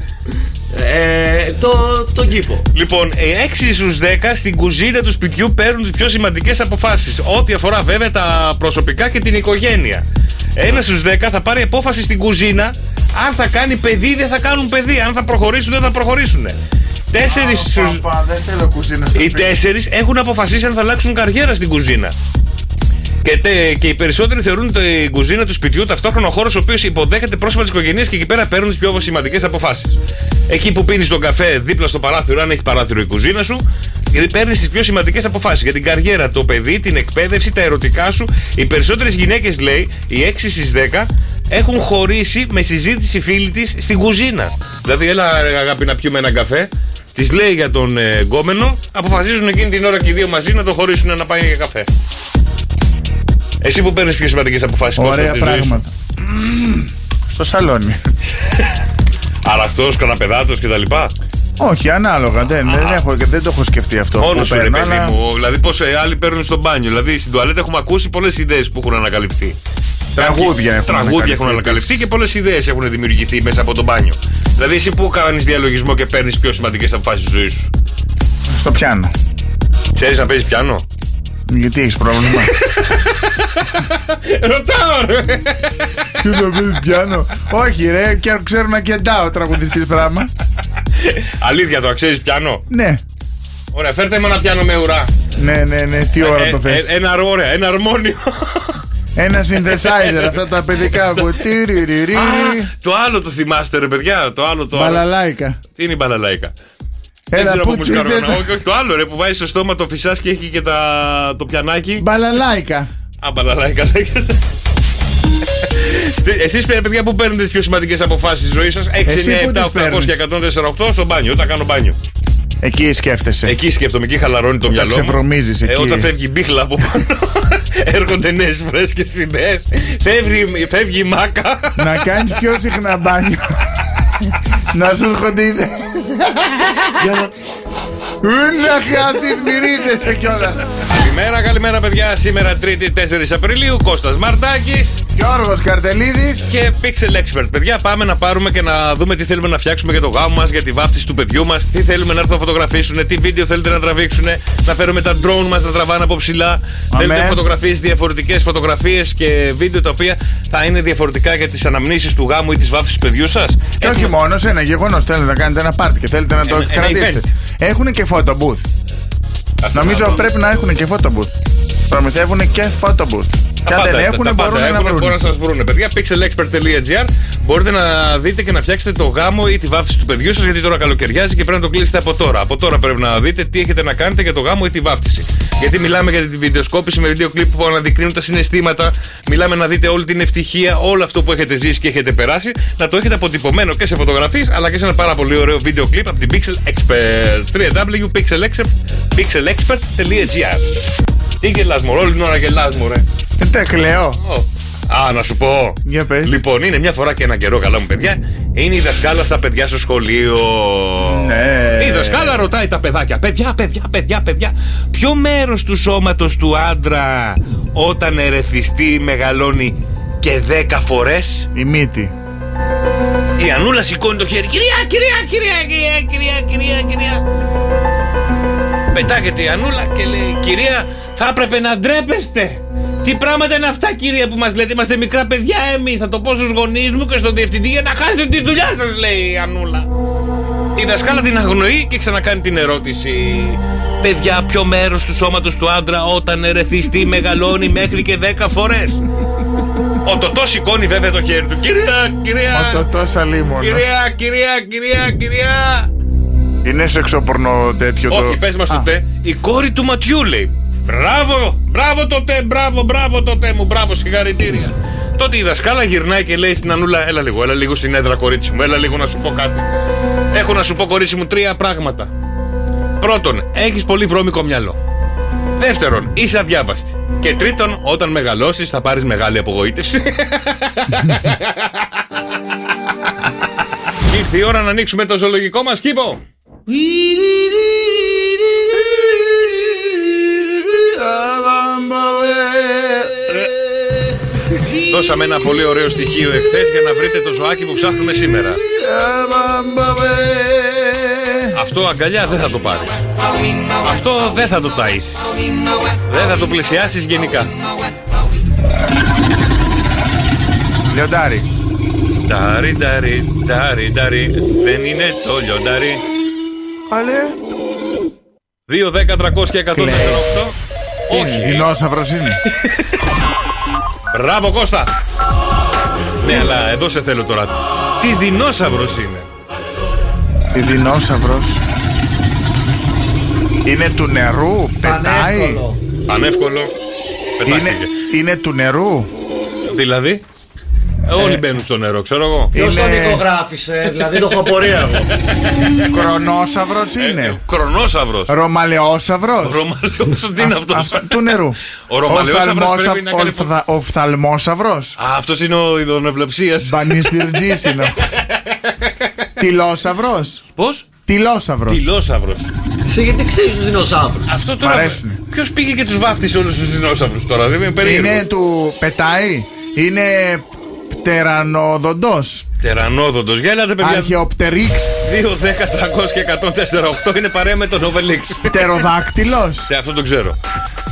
Ε, το, τον κήπο. Λοιπόν, 6 στου 10 στην κουζίνα του σπιτιού παίρνουν τις πιο σημαντικές αποφάσεις. Ό,τι αφορά βέβαια τα προσωπικά και την οικογένεια. Ένα στους 10 θα πάρει απόφαση στην κουζίνα αν θα κάνει παιδί ή δεν θα κάνουν παιδί. Αν θα προχωρήσουν ή δεν θα προχωρήσουν. Τέσσερις στου. Παπα, δεν θέλω κουζίνα στο Οι σπίτι. τέσσερις έχουν αποφασίσει αν θα αλλάξουν καριέρα στην κουζίνα. Και, τε- και οι περισσότεροι θεωρούν την κουζίνα του σπιτιού ταυτόχρονα ο χώρος ο οποίος υποδέχεται πρόσωπα της οικογένειας και εκεί πέρα παίρνουν τις πιο σημαντικές αποφάσεις. Εκεί που πίνεις τον καφέ δίπλα στο παράθυρο, αν έχει παράθυρο η κουζίνα σου, παίρνεις τις πιο σημαντικές αποφάσεις για την καριέρα, το παιδί, την εκπαίδευση, τα ερωτικά σου. Οι περισσότερες γυναίκες, λέει, οι 6 στι 10, έχουν χωρίσει με συζήτηση φίλη της στην κουζίνα. Δηλαδή, έλα ρε, αγάπη να πιούμε έναν καφέ. Τη λέει για τον ε, γκόμενο, αποφασίζουν εκείνη την ώρα και οι δύο μαζί να το χωρίσουν να πάει για καφέ. Εσύ που παίρνεις πιο σημαντικές αποφάσεις Ωραία πράγματα. Μμμ, Στο σαλόνι. Αραχτός, καναπεδάτος κτλ. Όχι, ανάλογα. Δεν, δεν, έχω, δεν το έχω σκεφτεί αυτό. Μόνο που σου ρε παίρνω, παιδί αλλά- μου. Δηλαδή, πώς άλλοι παίρνουν στο μπάνιο. Δηλαδή, στην τουαλέτα έχουμε ακούσει πολλές ιδέες που έχουν ανακαλυφθεί. Τραγούδια έχουν Τραγούδια έχουν ανακαλυφθεί και πολλές ιδέες έχουν δημιουργηθεί μέσα από το μπάνιο. Δηλαδή, εσύ που κάνεις διαλογισμό και παίρνεις πιο σημαντικές αποφάσεις τη ζωή σου. Στο πιάνω. Ξέρεις να παίζεις πιάνο. Γιατί έχεις πρόβλημα. Ε, Ρωτάω, ρε. Τι να πεις πιάνω. Όχι, ρε, και ξέρω να κεντάω τραγουδιστής πράγμα. Αλήθεια το, ξέρει πιάνο. Ναι, Ωραία, φέρτε με ένα πιάνο με ουρά. ναι, ναι, ναι. Τι ώρα Ε, το θες. ε, ένα αρο- ωραία, ένα αρμόνιο. Ένα synthesizer, αυτά τα παιδικά. που τι, ρι, ρι, ρι. Α, Ε. το άλλο το θυμάστε, ρε παιδιά. Το άλλο το. άλλο. Μπαλαλάικα. Τι είναι η μπαλαλάικα. Δεν Έλα, ξέρω πού από τι μουσικάρω. θες. Όχι, όχι, το άλλο ρε που βάζει στο στόμα το φυσά και έχει και τα... το πιανάκι. Μπαλαλάικα. Α, μπαλαλάικα λέγεται. Εσείς παιδιά που παίρνετε τις πιο σημαντικές αποφάσεις τη ζωή σας, 6, 9, 7, Εσύ που τις 800 και 148 στο μπάνιο, όταν κάνω μπάνιο. Εκεί σκέφτεσαι. Εκεί σκέφτομαι, εκεί χαλαρώνει το μυαλό. μου. ξεβρωμίζεις Ε, εκεί. όταν φεύγει η μπίχλα από πάνω, έρχονται νέες φρέσκε ιδέε. Φεύγει, φεύγει η μάκα. Να κάνεις πιο συχνά μπάνιο. Να σου έρχονται ιδέε. Να χάσει, μυρίζεσαι κιόλα. καλημέρα, καλημέρα παιδιά. Σήμερα 3η 4 Απριλίου, Κώστας Μαρτάκης Γιώργος Καρτελίδης και Pixel Expert. Παιδιά, πάμε να πάρουμε και να δούμε τι θέλουμε να φτιάξουμε για το γάμο μας, για τη βάφτιση του παιδιού μας, τι θέλουμε να έρθουν να φωτογραφήσουν, τι βίντεο θέλετε να τραβήξουν, να φέρουμε τα drone μας να τραβάνε από ψηλά. Θέλετε φωτογραφίες, διαφορετικές φωτογραφίες και βίντεο τα οποία θα είναι διαφορετικά για τις αναμνήσεις του γάμου ή της βάφτισης του παιδιού σας. Και Ε, όχι μόνο σε ένα γεγονός. Θέλετε να κάνετε ένα πάρτι και θέλετε να Ε, το Ένα- Ε, ένα κρατήσετε. Έχουν και photo booth. Νομίζω πρέπει να έχουν και photo booth. Προμηθεύουν και photo booth. Τα αν πάντα, δεν τα- έχουν, τα πάντα μπορούν να έχουν, βρουν. μπορούν να σας βρούνε. Παιδιά, pixelexpert.gr μπορείτε να δείτε και να φτιάξετε το γάμο ή τη βάφτιση του παιδιού σας, γιατί τώρα καλοκαιριάζει και πρέπει να το κλείσετε από τώρα. Από τώρα πρέπει να δείτε τι έχετε να κάνετε για το γάμο ή τη βάφτιση. Γιατί μιλάμε για τη βιντεοσκόπηση με βίντεο κλιπ που αναδεικνύουν τα συναισθήματα. Μιλάμε να δείτε όλη την ευτυχία, όλο αυτό που έχετε ζήσει και έχετε περάσει, να το έχετε αποτυπωμένο και σε φωτογραφίες, αλλά και σε ένα πάρα πολύ ωραίο βίντεο κλιπ από την Pixel Expert. www.pixelexpert.gr Τι γελάς μωρό, όλη την ώρα γελάς μωρέ. Δεν κλαίω. Α, να σου πω. Ε, Για Λοιπόν, είναι μια φορά και ένα καιρό, καλά μου παιδιά. Είναι η δασκάλα στα παιδιά στο σχολείο. Ναι. Η δασκάλα ρωτάει τα παιδάκια. Παιδιά, παιδιά, παιδιά, παιδιά. Ποιο μέρος του σώματος του άντρα όταν ερεθιστεί μεγαλώνει και 10 φορές. Η μύτη. Η Ανούλα σηκώνει το χέρι. Κυρία, κυρία, κυρία, κυρία, κυρία, κυρία, κυρία. Πετάγεται η Ανούλα και λέει: Κυρία, θα έπρεπε να ντρέπεστε. Τι πράγματα είναι αυτά, κυρία, που μας λέτε. Είμαστε μικρά παιδιά εμείς. Θα το πω στους γονείς μου και στον διευθυντή για να χάσετε τη δουλειά σας, λέει η Ανούλα. Η δασκάλα την αγνοεί και ξανακάνει την ερώτηση. Παιδιά, ποιο μέρος του σώματος του άντρα όταν ερεθιστεί μεγαλώνει μέχρι και 10 φορές. Ο Τωτός σηκώνει βέβαια το χέρι του. Κυρία, κυρία. Ο Τωτός αλίμονος. Κυρία, κυρία, κυρία, κυρία. Είναι σεξοπορνο τέτοιο το. Όχι, πες μας το τε. Η κόρη του ματιού λέει. Μπράβο, μπράβο το τε, μπράβο, μπράβο το τε μου, μπράβο, συγχαρητήρια. Τότε η δασκάλα γυρνάει και λέει στην Ανούλα, έλα λίγο, έλα λίγο στην έδρα κορίτσι μου, έλα λίγο να σου πω κάτι. Έχω να σου πω κορίτσι μου τρία πράγματα. Πρώτον, έχεις πολύ βρώμικο μυαλό. Δεύτερον, είσαι αδιάβαστη. Και τρίτον, όταν μεγαλώσεις θα πάρεις μεγάλη απογοήτευση. Ήρθε η ώρα να ανοίξουμε το ζωολογικό μας κήπο. Δώσαμε ένα πολύ ωραίο στοιχείο εχθές για να βρείτε το ζωάκι που ψάχνουμε σήμερα. Ε, Αυτό αγκαλιά δεν θα το πάρεις. Αυτό δεν θα το ταΐσεις. Δεν θα το πλησιάσεις γενικά. Λιοντάρι. Ντάρι, ντάρι, ντάρι, ντάρι. Δεν είναι το λιοντάρι. Αλέ. 2, 10, 300 και 148. Όχι. Δεινόσαυρος είναι. Μπράβο Κώστα. Ναι, αλλά εδώ σε θέλω τώρα. Τι δεινόσαυρος είναι. Η δεινόσαυρος. Είναι του νερού, πετάει. Πανεύκολο. Είναι, είναι του νερού. Δηλαδή. Ε, Όλοι μπαίνουν στο νερό, ξέρω εγώ. Ποιος τον ηχογράφησε, δηλαδή το έχω απορία εγώ. Κρονόσαυρος Ε, είναι. Κρονόσαυρος. Ρωμαλαιόσαυρος. Ρωμαλαιόσαυρο, τι είναι αυτός. Του νερού. Ο ρωμαλαιόσαυρος πρέπει να κάνει Οφθαλμόσαυρος. Α, αυτός είναι ο ειδονοβλεψίας. Μπανιστηρτζή είναι αυτός. Τυλόσαυρο. Πώ? Τυλόσαυρο. Τυλόσαυρο. Σε γιατί ξέρεις τους δεινόσαύρου. Αυτό Μ' τώρα. αρέσουνε. Ποιος πήγε και τους βάφτισε όλους τους δεινόσαυρους τώρα, δεν είμαι περίεργο. Είναι του. Πετάει. Είναι πτερανοδοντό. Τερανόδοντος. Για έλατε, παιδιά. Αρχαιοπτερίξ. 2, 10, 300 και 104, 8 είναι παρέα με τον Οβελίξ. Πτεροδάκτυλος. Ναι, αυτό το ξέρω.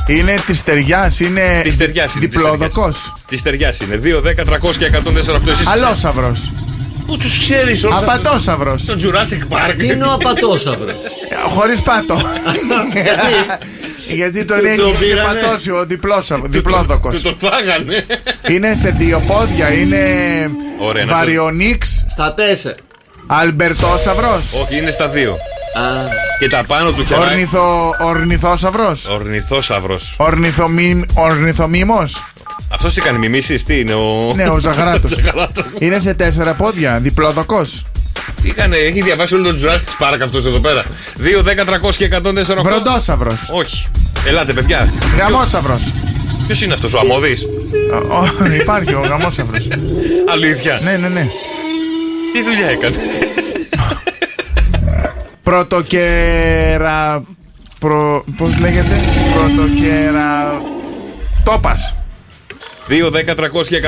Είναι της ταιριάς. Είναι. Της ταιριάς είναι. Διπλόδοκο. Της ταιριάς είναι. 2, 10, 300 και 104, 8 εσείς. Αλόσαυρος. Πού τους ξέρεις όλου. Απατόσαυρο. Στο Jurassic Park. Τι είναι ο απατόσαυρο. Χωρίς πάτο. Γιατί τον Του έχει τον πήρανε. ξεπατώσει ο διπλόσαυρο- διπλόδοκος. Του τον φάγανε. Είναι σε δύο πόδια. Είναι. Ωραία, να σε- Βαριονίξ. Στα τέσσερα. Αλμπερτόσαυρος. Όχι, είναι στα δύο. Και τα πάνω του χεράκι. Ορνηθο, ορνηθόσαυρος Ορνηθόσαυρος. Ορνηθομι... Ορνηθομίμος Αυτό τι κάνει, μιμήσεις, τι είναι ο. Ναι, ο Ζαγαράτος. Ζαγαράτος. Είναι σε τέσσερα πόδια, διπλοδοκός Τι έκανε, έχει διαβάσει όλο τον Jurassic Park αυτό εδώ πέρα. 2, 10, 300 και 104. Βροντόσαυρος Όχι. Ελάτε, παιδιά. Γαμόσαυρος Ποιος είναι αυτός ο αμμώδη. Ο- ο- Υπάρχει ο γαμόσαυρος Αλήθεια. Ναι, ναι, ναι Τι δουλειά έκανε. Πρωτοκερα... Προ... Πώς λέγεται Πρωτοκερα... Τόπας 2, 10, 300 και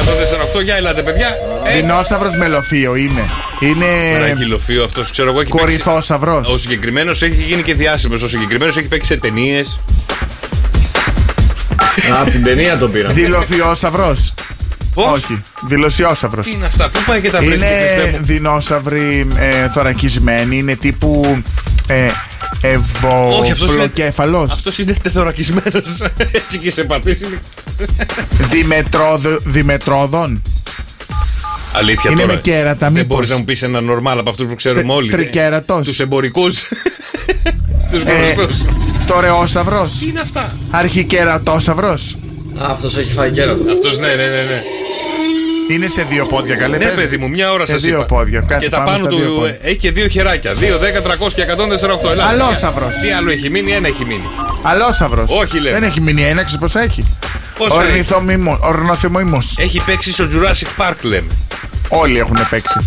104. Για ελάτε, παιδιά. Ε, Δεινόσαυρος μελοφείο είναι Ένα Είναι κιλοφείο αυτός, ξέρω εγώ. έχει παίξει- κορυφόσαυρος Ο συγκεκριμένος έχει γίνει και διάσημος. Ο συγκεκριμένος έχει παίξει σε ταινίες. Από την ταινία τον πήρα. Δηλοφιόσαυρος Πώς. Όχι, δηλωσιόσαυρος Τι είναι αυτά, πού πάει και τα βρίσκει, Χριστέ Είναι μου. δεινόσαυροι ε, θωρακισμένοι, είναι τύπου ε, Όχι, αυτός είναι- ευωπλοκέφαλος. Αυτός είναι τεθωρακισμένος. Έτσι και σε πατήσει. Δημετρόδο, δημετρόδων. Αλήθεια Είναι τώρα. με κέρατα, Δεν μήπως. μπορείς να μου πεις ένα νορμάλ από αυτούς που ξέρουμε όλοι. ε. τρικέρατος. Τους εμπορικούς. Τους Ε, γνωστούς. το ρεόσαυρος. Τι είναι αυτά. Αρχικερατόσαυρος. Αυτός έχει φάει κέρατο. Αυτός ναι, ναι, ναι. ναι. Είναι σε δύο πόδια, καλέ. Ναι, πες. παιδί μου, μια ώρα Ε, σε σας είπα. δύο πόδια. Κάτσε και τα πάμε πάνω στα δύο του πόδια. έχει και δύο χεράκια. 2, 10, 300 και 148. Ελλάδα. Αλόσαυρος. Τι άλλο έχει μείνει, ένα έχει μείνει. Αλόσαυρος. Όχι, λέω. Δεν έχει μείνει ένα, ξέρεις πώ έχει. Πόσο Ορνηθομήμο- Ορνοθυμοήμος. Έχει παίξει στο Jurassic Park, λέμε. Όλοι έχουν παίξει.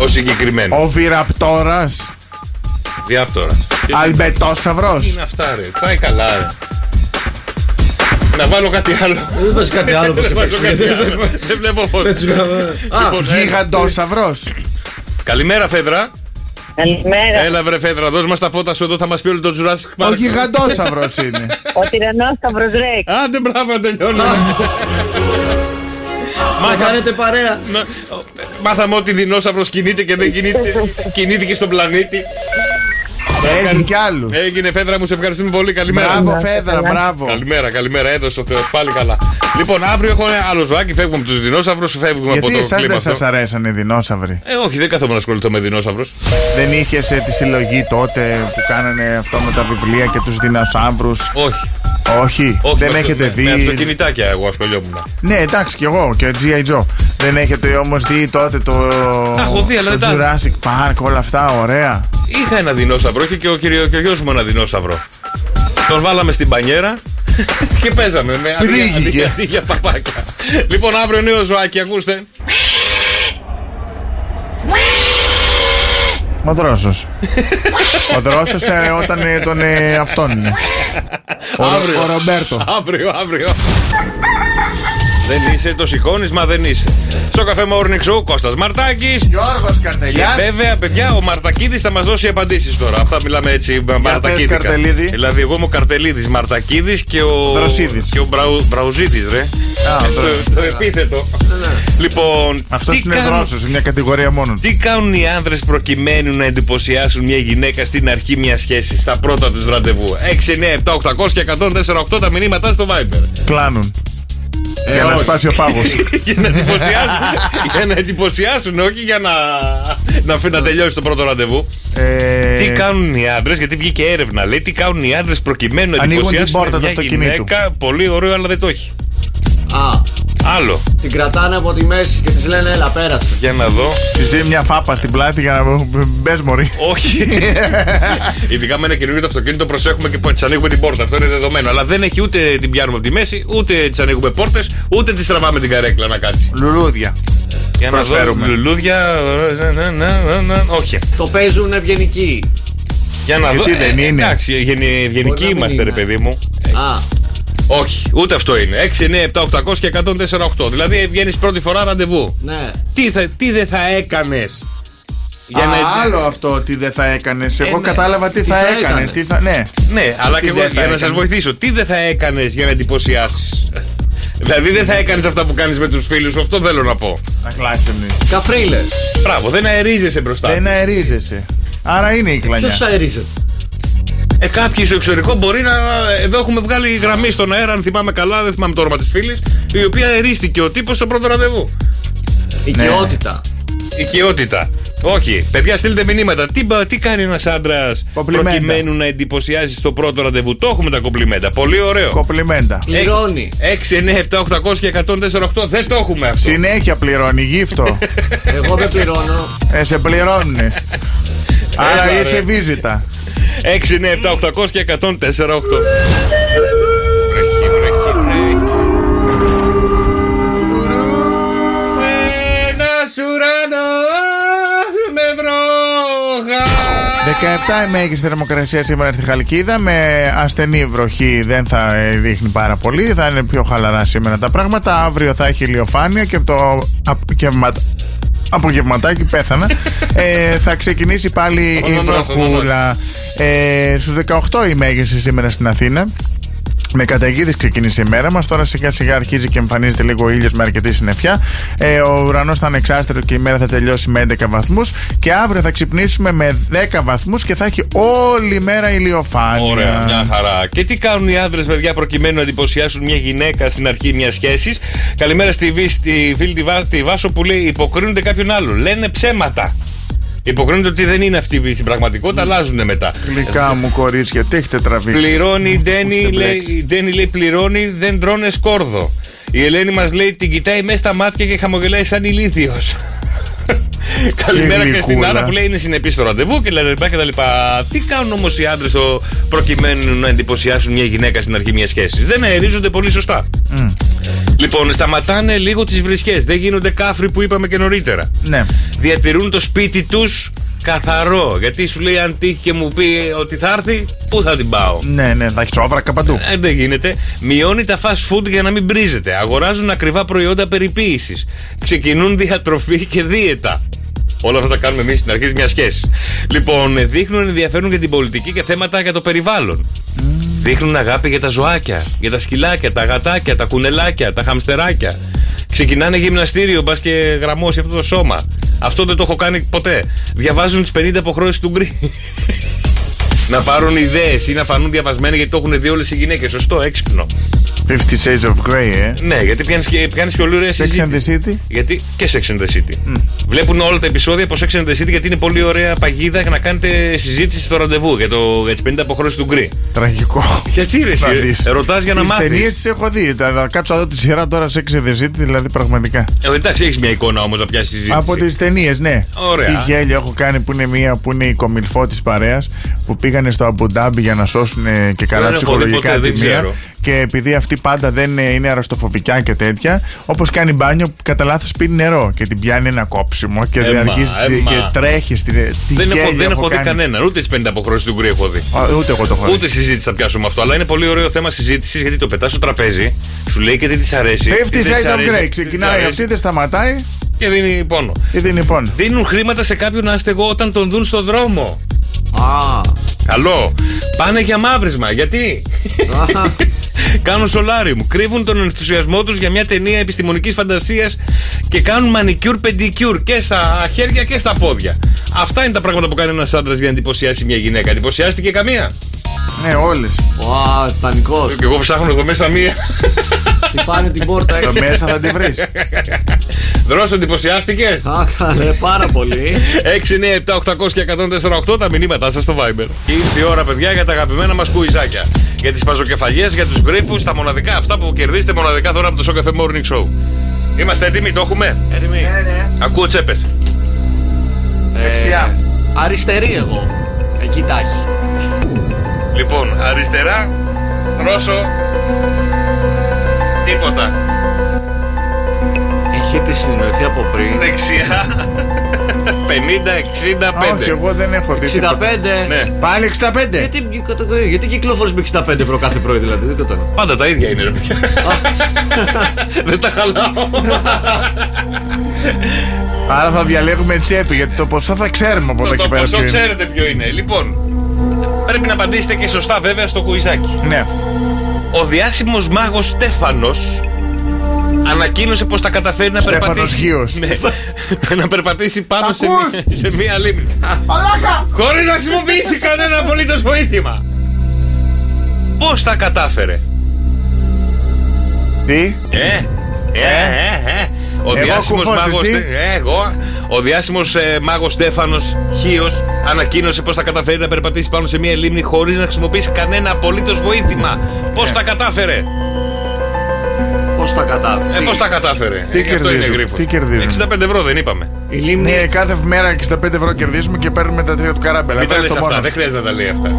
Ο συγκεκριμένος. Ο Βιραπτόρας. Διάπτορα. Αλμπετόσαυρος. Τι είναι αυτά, ρε. Πάει καλά, ρε. Να βάλω κάτι άλλο. Δεν δώσει κάτι άλλο που Δεν βάζω κάτι άλλο. σκεφτείτε. Δεν βλέπω φως. Λοιπόν, Γιγαντόσαυρος. Καλημέρα, Φέδρα. Καλημέρα. Έλα, βρε Φέδρα, δώσ' μας τα φώτα σου εδώ, θα μας πει όλο το Jurassic Park. Ο γιγαντόσαυρος είναι. Ο τυρανό Σταυροζρέκ. Άντε, μπράβο, να τελειώνω. Μα κάνετε παρέα. Ναι. Μάθαμε ότι δεινόσαυρος κινείται και δεν κινείται. Κινήθηκε στον πλανήτη. Έχει κι άλλους. Έγινε Φέδρα μου, σε ευχαριστούμε πολύ. Καλημέρα. Μπράβο, Φέδρα, μπράβο. Καλημέρα, καλημέρα. Έδωσε ο Θεός πάλι καλά. Λοιπόν, αύριο έχω ένα άλλο ζωάκι. Φεύγουμε από τους δεινόσαυρους, φεύγουμε Γιατί από το εσάς κλίμα. δεν αυτό. σας αρέσαν οι δεινόσαυροι. Ε, όχι, δεν κάθομαι να ασχοληθώ με δεινόσαυρους. Δεν είχες ε, τη συλλογή τότε που κάνανε αυτό με τα βιβλία και τους δεινόσαυρους. Όχι. Όχι, όχι δεν με έχετε αυτο- Με, με δει. αυτοκινητάκια εγώ ασχολιόμουν. Ναι, εντάξει, κι εγώ και G.I. Joe. Δεν έχετε όμως δει τότε το. Τα έχω δει, αλλά το δεν τα- Jurassic Park, όλα αυτά, ωραία. Είχα ένα δεινόσαυρο είχε και ο, κύριο- και ο γιος μου ένα δεινόσαυρο. Τον βάλαμε στην πανιέρα και παίζαμε με αντί- Πνίγηκε. αντί- αντί για παπάκια. λοιπόν, αύριο νέο ζωάκι, ακούστε. Ο δρόσο. ο δρόσο όταν ε, τον ε, αυτόν είναι. Ο, Αύριο. ο Ρομπέρτο. Αύριο, αύριο. δεν είσαι, το σηκώνει, μα δεν είσαι. Στο καφέ Morning Show, Κώστας Μαρτάκης Γιώργος Και Καρτελιάς. βέβαια, παιδιά, ο Μαρτακίδης θα μας δώσει απαντήσεις τώρα. Αυτά μιλάμε έτσι Μαρτακίδη. Καρτελίδη. Δηλαδή, εγώ είμαι ο Καρτελίδης, Μαρτακίδης και ο. Δροσίδης. Και ο Μπραου... Μπραουζίδης, ρε. το, το επίθετο. λοιπόν, Αυτός τι Ναι, είναι κάνουν- δρόσος, μια κατηγορία μόνο. Τι κάνουν οι άνδρες προκειμένου να εντυπωσιάσουν μια γυναίκα στην αρχή μιας σχέσης, στα πρώτα τους ραντεβού. 6, 9, 7, 800 και 104, τα μηνύματά στο Viber. Κλάνουν. Ε, για να όχι. σπάσει ο πάγος. για να εντυπωσιάσουν. για να εντυπωσιάσουν, όχι για να, να, φύ- να τελειώσει το πρώτο ραντεβού. Ε, Τι κάνουν οι άντρες, γιατί βγήκε έρευνα. Λέει τι κάνουν οι άντρες προκειμένου να Ανοίγουν την εντυπωσιάσουν πόρτα του μια αυτοκινήτου. γυναίκα. Πολύ ωραίο, αλλά δεν το έχει. Α, Άλλο. την κρατάνε από τη μέση και της λένε έλα πέρασε. Για να δω. Της δίνει μια φάπα στην πλάτη για να μπες μωρή. Όχι. Ειδικά με ένα καινούργιο το αυτοκίνητο προσέχουμε και της ανοίγουμε την πόρτα. Αυτό είναι δεδομένο. Αλλά δεν έχει ούτε την πιάνουμε από τη μέση, ούτε της ανοίγουμε πόρτες, ούτε της τραβάμε την καρέκλα να κάτσει. Λουλούδια. Για να δω. Προσφέρουμε. Λουλούδια. ε, να, να, να, να, Όχι. Το παίζουν ευγενικοί. Για να Γιατί δω. δεν ε, είναι. Εντάξει, ευγενι- ευγενικοί να μην είμαστε, ρε είναι. παιδί μου. Α, Όχι, ούτε αυτό είναι. 6, 9, 7, 800 και 104,8. Δηλαδή βγαίνεις πρώτη φορά ραντεβού. ναι. Τι, θα, τι δεν θα έκανες. Για άλλο αυτό ότι δεν θα έκανες. Εγώ ναι. κατάλαβα τι, θα, θα έκανες. έκανες. Τι θα... Ναι. Ναι, αλλά Τι και εγώ δεν θα για να έκανες. σα βοηθήσω. Τι δεν θα έκανες για να εντυπωσιάσεις. δηλαδή δεν θα έκανες αυτά που κάνεις με τους φίλους σου. Αυτό θέλω να πω. Να κλάξουν. Καφρίλες. Μπράβο, δεν αερίζεσαι μπροστά. Δεν αερίζεσαι. Άρα είναι η κλανιά. Ποιος αερίζεται. Ε, κάποιοι στο εξωτερικό μπορεί να. Εδώ έχουμε βγάλει γραμμή στον αέρα, αν θυμάμαι καλά, δεν θυμάμαι το όνομα της φίλης, η οποία αερίστηκε ο τύπος στο πρώτο ραντεβού. Ναι. Ε, Οικειότητα. Οικειότητα. Όχι. Παιδιά, στείλτε μηνύματα. Τι, μπα- τι κάνει ένας άντρας Κοπλιμέντα. προκειμένου να εντυπωσιάσει στο πρώτο ραντεβού. Το έχουμε τα κομπλιμέντα. Πολύ ωραίο. Κοπλιμέντα. Πληρώνει. 6, 9, 7, 800 και 104,8. Δεν το έχουμε αυτό. Συνέχεια πληρώνει γύφτο. Εγώ ε, δεν πληρώνω. ε, σε πληρώνουνε. Άρα Έλα, είσαι ρε. βίζιτα. 6, 9, 7, 800 και 104,8. Βρέχει, βρέχει, βρέχει. Ένας ουρανός με βροχά. 17 η μέγιστη θερμοκρασία σήμερα στη Χαλκίδα με ασθενή βροχή δεν θα ε, δείχνει πάρα πολύ θα είναι πιο χαλαρά σήμερα τα πράγματα αύριο θα έχει ηλιοφάνεια και από το απογευμα... απογευματάκι πέθανα ε, θα ξεκινήσει πάλι η Ονονός, βροχούλα ε, στους 18 η μέγιστη σήμερα στην Αθήνα Με καταιγίδες ξεκίνησε η μέρα μας. Τώρα σιγά σιγά αρχίζει και εμφανίζεται λίγο ήλιος με αρκετή συννεφιά. Ε, ο ουρανός θα είναι εξάστερο και η μέρα θα τελειώσει με 11 βαθμούς. Και αύριο θα ξυπνήσουμε με 10 βαθμούς και θα έχει όλη μέρα ηλιοφάνεια. Ωραία, μια χαρά. Και τι κάνουν οι άντρε, παιδιά, προκειμένου να εντυπωσιάσουν μια γυναίκα στην αρχή μιας σχέσης. Καλημέρα στη, Βη- στη φίλη τη, Βά- τη Βάσο που λέει: Υποκρίνονται κάποιον άλλον. Λένε ψέματα. Υποκρίνονται ότι δεν είναι αυτή στην πραγματικότητα, αλλάζουν μετά. Γλυκά μου κορίτσια, τι έχετε τραβήξει. Πληρώνει η Ντένι, λέει, έχετε μπλέξεις. η Ντένι λέει πληρώνει, δεν τρώνε σκόρδο. Η Ελένη μας λέει την κοιτάει μέσα στα μάτια και χαμογελάει σαν ηλίθιος. Καλημέρα Η και στην γλυκούλα. Άννα που λέει είναι συνεπής στο ραντεβού και τα λοιπά και τα λοιπά. Τι κάνουν όμως οι άντρες προκειμένου να εντυπωσιάσουν μια γυναίκα στην αρχή μιας σχέσης. Δεν αερίζονται πολύ σωστά. Μμ. Λοιπόν, σταματάνε λίγο τις βρισχές. Δεν γίνονται κάφροι που είπαμε και νωρίτερα. Ναι. Διατηρούν το σπίτι τους καθαρό. Γιατί σου λέει, αν τύχει και μου πει ότι θα έρθει, πού θα την πάω. Ναι, ναι, θα έχει όβρακα παντού. Ε, δεν γίνεται. Μειώνει τα fast food για να μην πρίζεται. Αγοράζουν ακριβά προϊόντα περιποίηση. Ξεκινούν διατροφή και δίαιτα. Όλα αυτά τα κάνουμε εμείς στην αρχή μιας σχέσης. Λοιπόν, ε, δείχνουν ενδιαφέρον για την πολιτική και θέματα για το περιβάλλον. Δείχνουν αγάπη για τα ζωάκια, για τα σκυλάκια, τα γατάκια, τα κουνελάκια, τα χαμστεράκια. Ξεκινάνε γυμναστήριο, μπας και γραμμώσει αυτό το σώμα. Αυτό δεν το έχω κάνει ποτέ. Διαβάζουν τις 50 αποχρώσεις του γκρι. να πάρουν ιδέες ή να φανούν διαβασμένοι γιατί το έχουν δει όλες οι γυναίκες. Σωστό, έξυπνο. 50 Shades of Grey, ε. Ναι, γιατί πιάνεις και, πιάνεις και ολούρια Sex and Mm. the City. Γιατί και Sex and the City. Βλέπουν όλα τα επεισόδια από Sex and the City γιατί είναι πολύ ωραία παγίδα για να κάνετε συζήτηση στο ραντεβού για, το, για τις 50 αποχρώσεις του γκρι. Τραγικό. Γιατί ρε, Θα εσύ, δεις. ρωτάς για να Τις μάθεις. ταινίες τις έχω δει. Τα- Να κάτσω εδώ τη σειρά τώρα σε εξεδεσίτη, δηλαδή πραγματικά. Ε, εντάξει, έχεις μια εικόνα όμως να πιάσεις συζήτηση. Από τις ταινίες, ναι. Ωραία. Τι γέλιο έχω κάνει που είναι μία που είναι η κομιλφό της παρέας που πήγανε στο Αμπουντάμπι για να σώσουν ε, και καλά Δεν έχω δει ποτέ, ψυχολογικά τη δεν μία. ξέρω. Και επειδή αυτή πάντα δεν ε, είναι αρρωστοφοβικά και τέτοια, όπως κάνει μπάνιο, κατά λάθος πίνει νερό και την πιάνει ένα κόψιμο και, Έμα, διαρκείς- έμα. και τρέχει. στη- τι Δεν έχω, γέλιο δεν έχω δει κάνει. κανέναν, ούτε τις 50 αποχρώσει του γκρι έχω δει. Α, Ούτε εγώ το έχω δει. Ούτε συζήτηση θα πιάσουμε αυτό, αλλά είναι πολύ ωραίο θέμα συζήτησης γιατί το πετάς στο τραπέζι, σου λέει και τι της αρέσει. 50 τι δεν της Shades of αρέσει, τι Grey. της Ξεκινάει αρέσει. αυτή, δεν σταματάει. Και δίνει πόνο. Και δίνει πόνο. Δίνουν χρήματα σε κάποιον άστεγο όταν τον δουν στον δρόμο. Α. Καλό. Πάνε για μαύρισμα. Γιατί? κάνουν σολάρι μου. Κρύβουν τον ενθουσιασμό τους για μια ταινία επιστημονικής φαντασίας και κάνουν μανικιούρ πεντικιούρ και στα χέρια και στα πόδια. Αυτά είναι τα πράγματα που κάνει ένας άντρας για να εντυπωσιάσει μια γυναίκα. Εντυπωσιάστηκε καμία. Ναι, όλες. Ω, πανικό. Και εγώ ψάχνω εδώ μέσα μία. Χτυπάνε την πόρτα Εδώ έξω. Ε, μέσα θα τη βρεις. Δρόσο, εντυπωσιάστηκες. Αχ, ρε, πάρα πολύ. 6, 9, 7, 800 και 148 τα μηνύματά σας στο Viber. Και ήρθε η ώρα, παιδιά, για τα αγαπημένα μας κουιζάκια. Για τις παζοκεφαλιές, για τους γκρίφου, τα μοναδικά. Αυτά που κερδίζετε μοναδικά τώρα από το Σοκαφέ Morning Show. Είμαστε έτοιμοι, το έχουμε. Ε, Έτοιμοι. Ακούω τσέπε. Δεξιά. Αριστερή εγώ. Εκεί τα έχει. Λοιπόν, αριστερά, ρώσο, τίποτα. Έχετε συνεννοηθεί από πριν. Δεξιά, 50, 65. Όχι, εγώ δεν έχω δει. 65. τίποτα. Ναι. Πάλι 65. Γιατί, γιατί κυκλοφορείς με 65 ευρώ κάθε πρωί δηλαδή, δεν κατάλαβα. Πάντα τα ίδια είναι, ρε παιδιά. Δεν τα χαλάω. Άρα θα διαλέγουμε τσέπη γιατί το ποσό θα ξέρουμε από εδώ Το και πέρα. ποσό ποιο είναι. ξέρετε ποιο είναι. Λοιπόν, πρέπει να απαντήσετε και σωστά βέβαια στο κουιζάκι. Ναι. Ο διάσημος μάγος Στέφανος ανακοίνωσε πως τα καταφέρει να Στέφανος περπατήσει. Γιος. Ναι, να περπατήσει πάνω σε Ακούς? μία, σε μία λίμνη. Χωρίς να χρησιμοποιήσει κανένα απολύτως βοήθημα. Πώς τα κατάφερε. Τι. Ε, ε, ε, ε. Ο Εγώ διάσημος κουφός, μάγος, εσύ. ε, εγώ, ο διάσημος ε, μάγος Στέφανος Χίος ανακοίνωσε πως θα καταφέρει να περπατήσει πάνω σε μια λίμνη χωρίς να χρησιμοποιήσει κανένα απολύτως βοήθημα. Ε. Πώς τα κατάφερε. Πώς τα κατάφερε. Ε, πώς τα κατάφερε. Τι Ε, γι' αυτό κερδίζουν, είναι γρίφος. τι κερδίζουν. 65 ευρώ δεν είπαμε. Η λίμνη Ναι, κάθε μέρα 65 ευρώ κερδίζουμε και παίρνουμε τα τρία του καράμπελα. Μην τα Βρες λες το αυτά, μόνος. δεν χρειάζεται να τα λέει αυτά.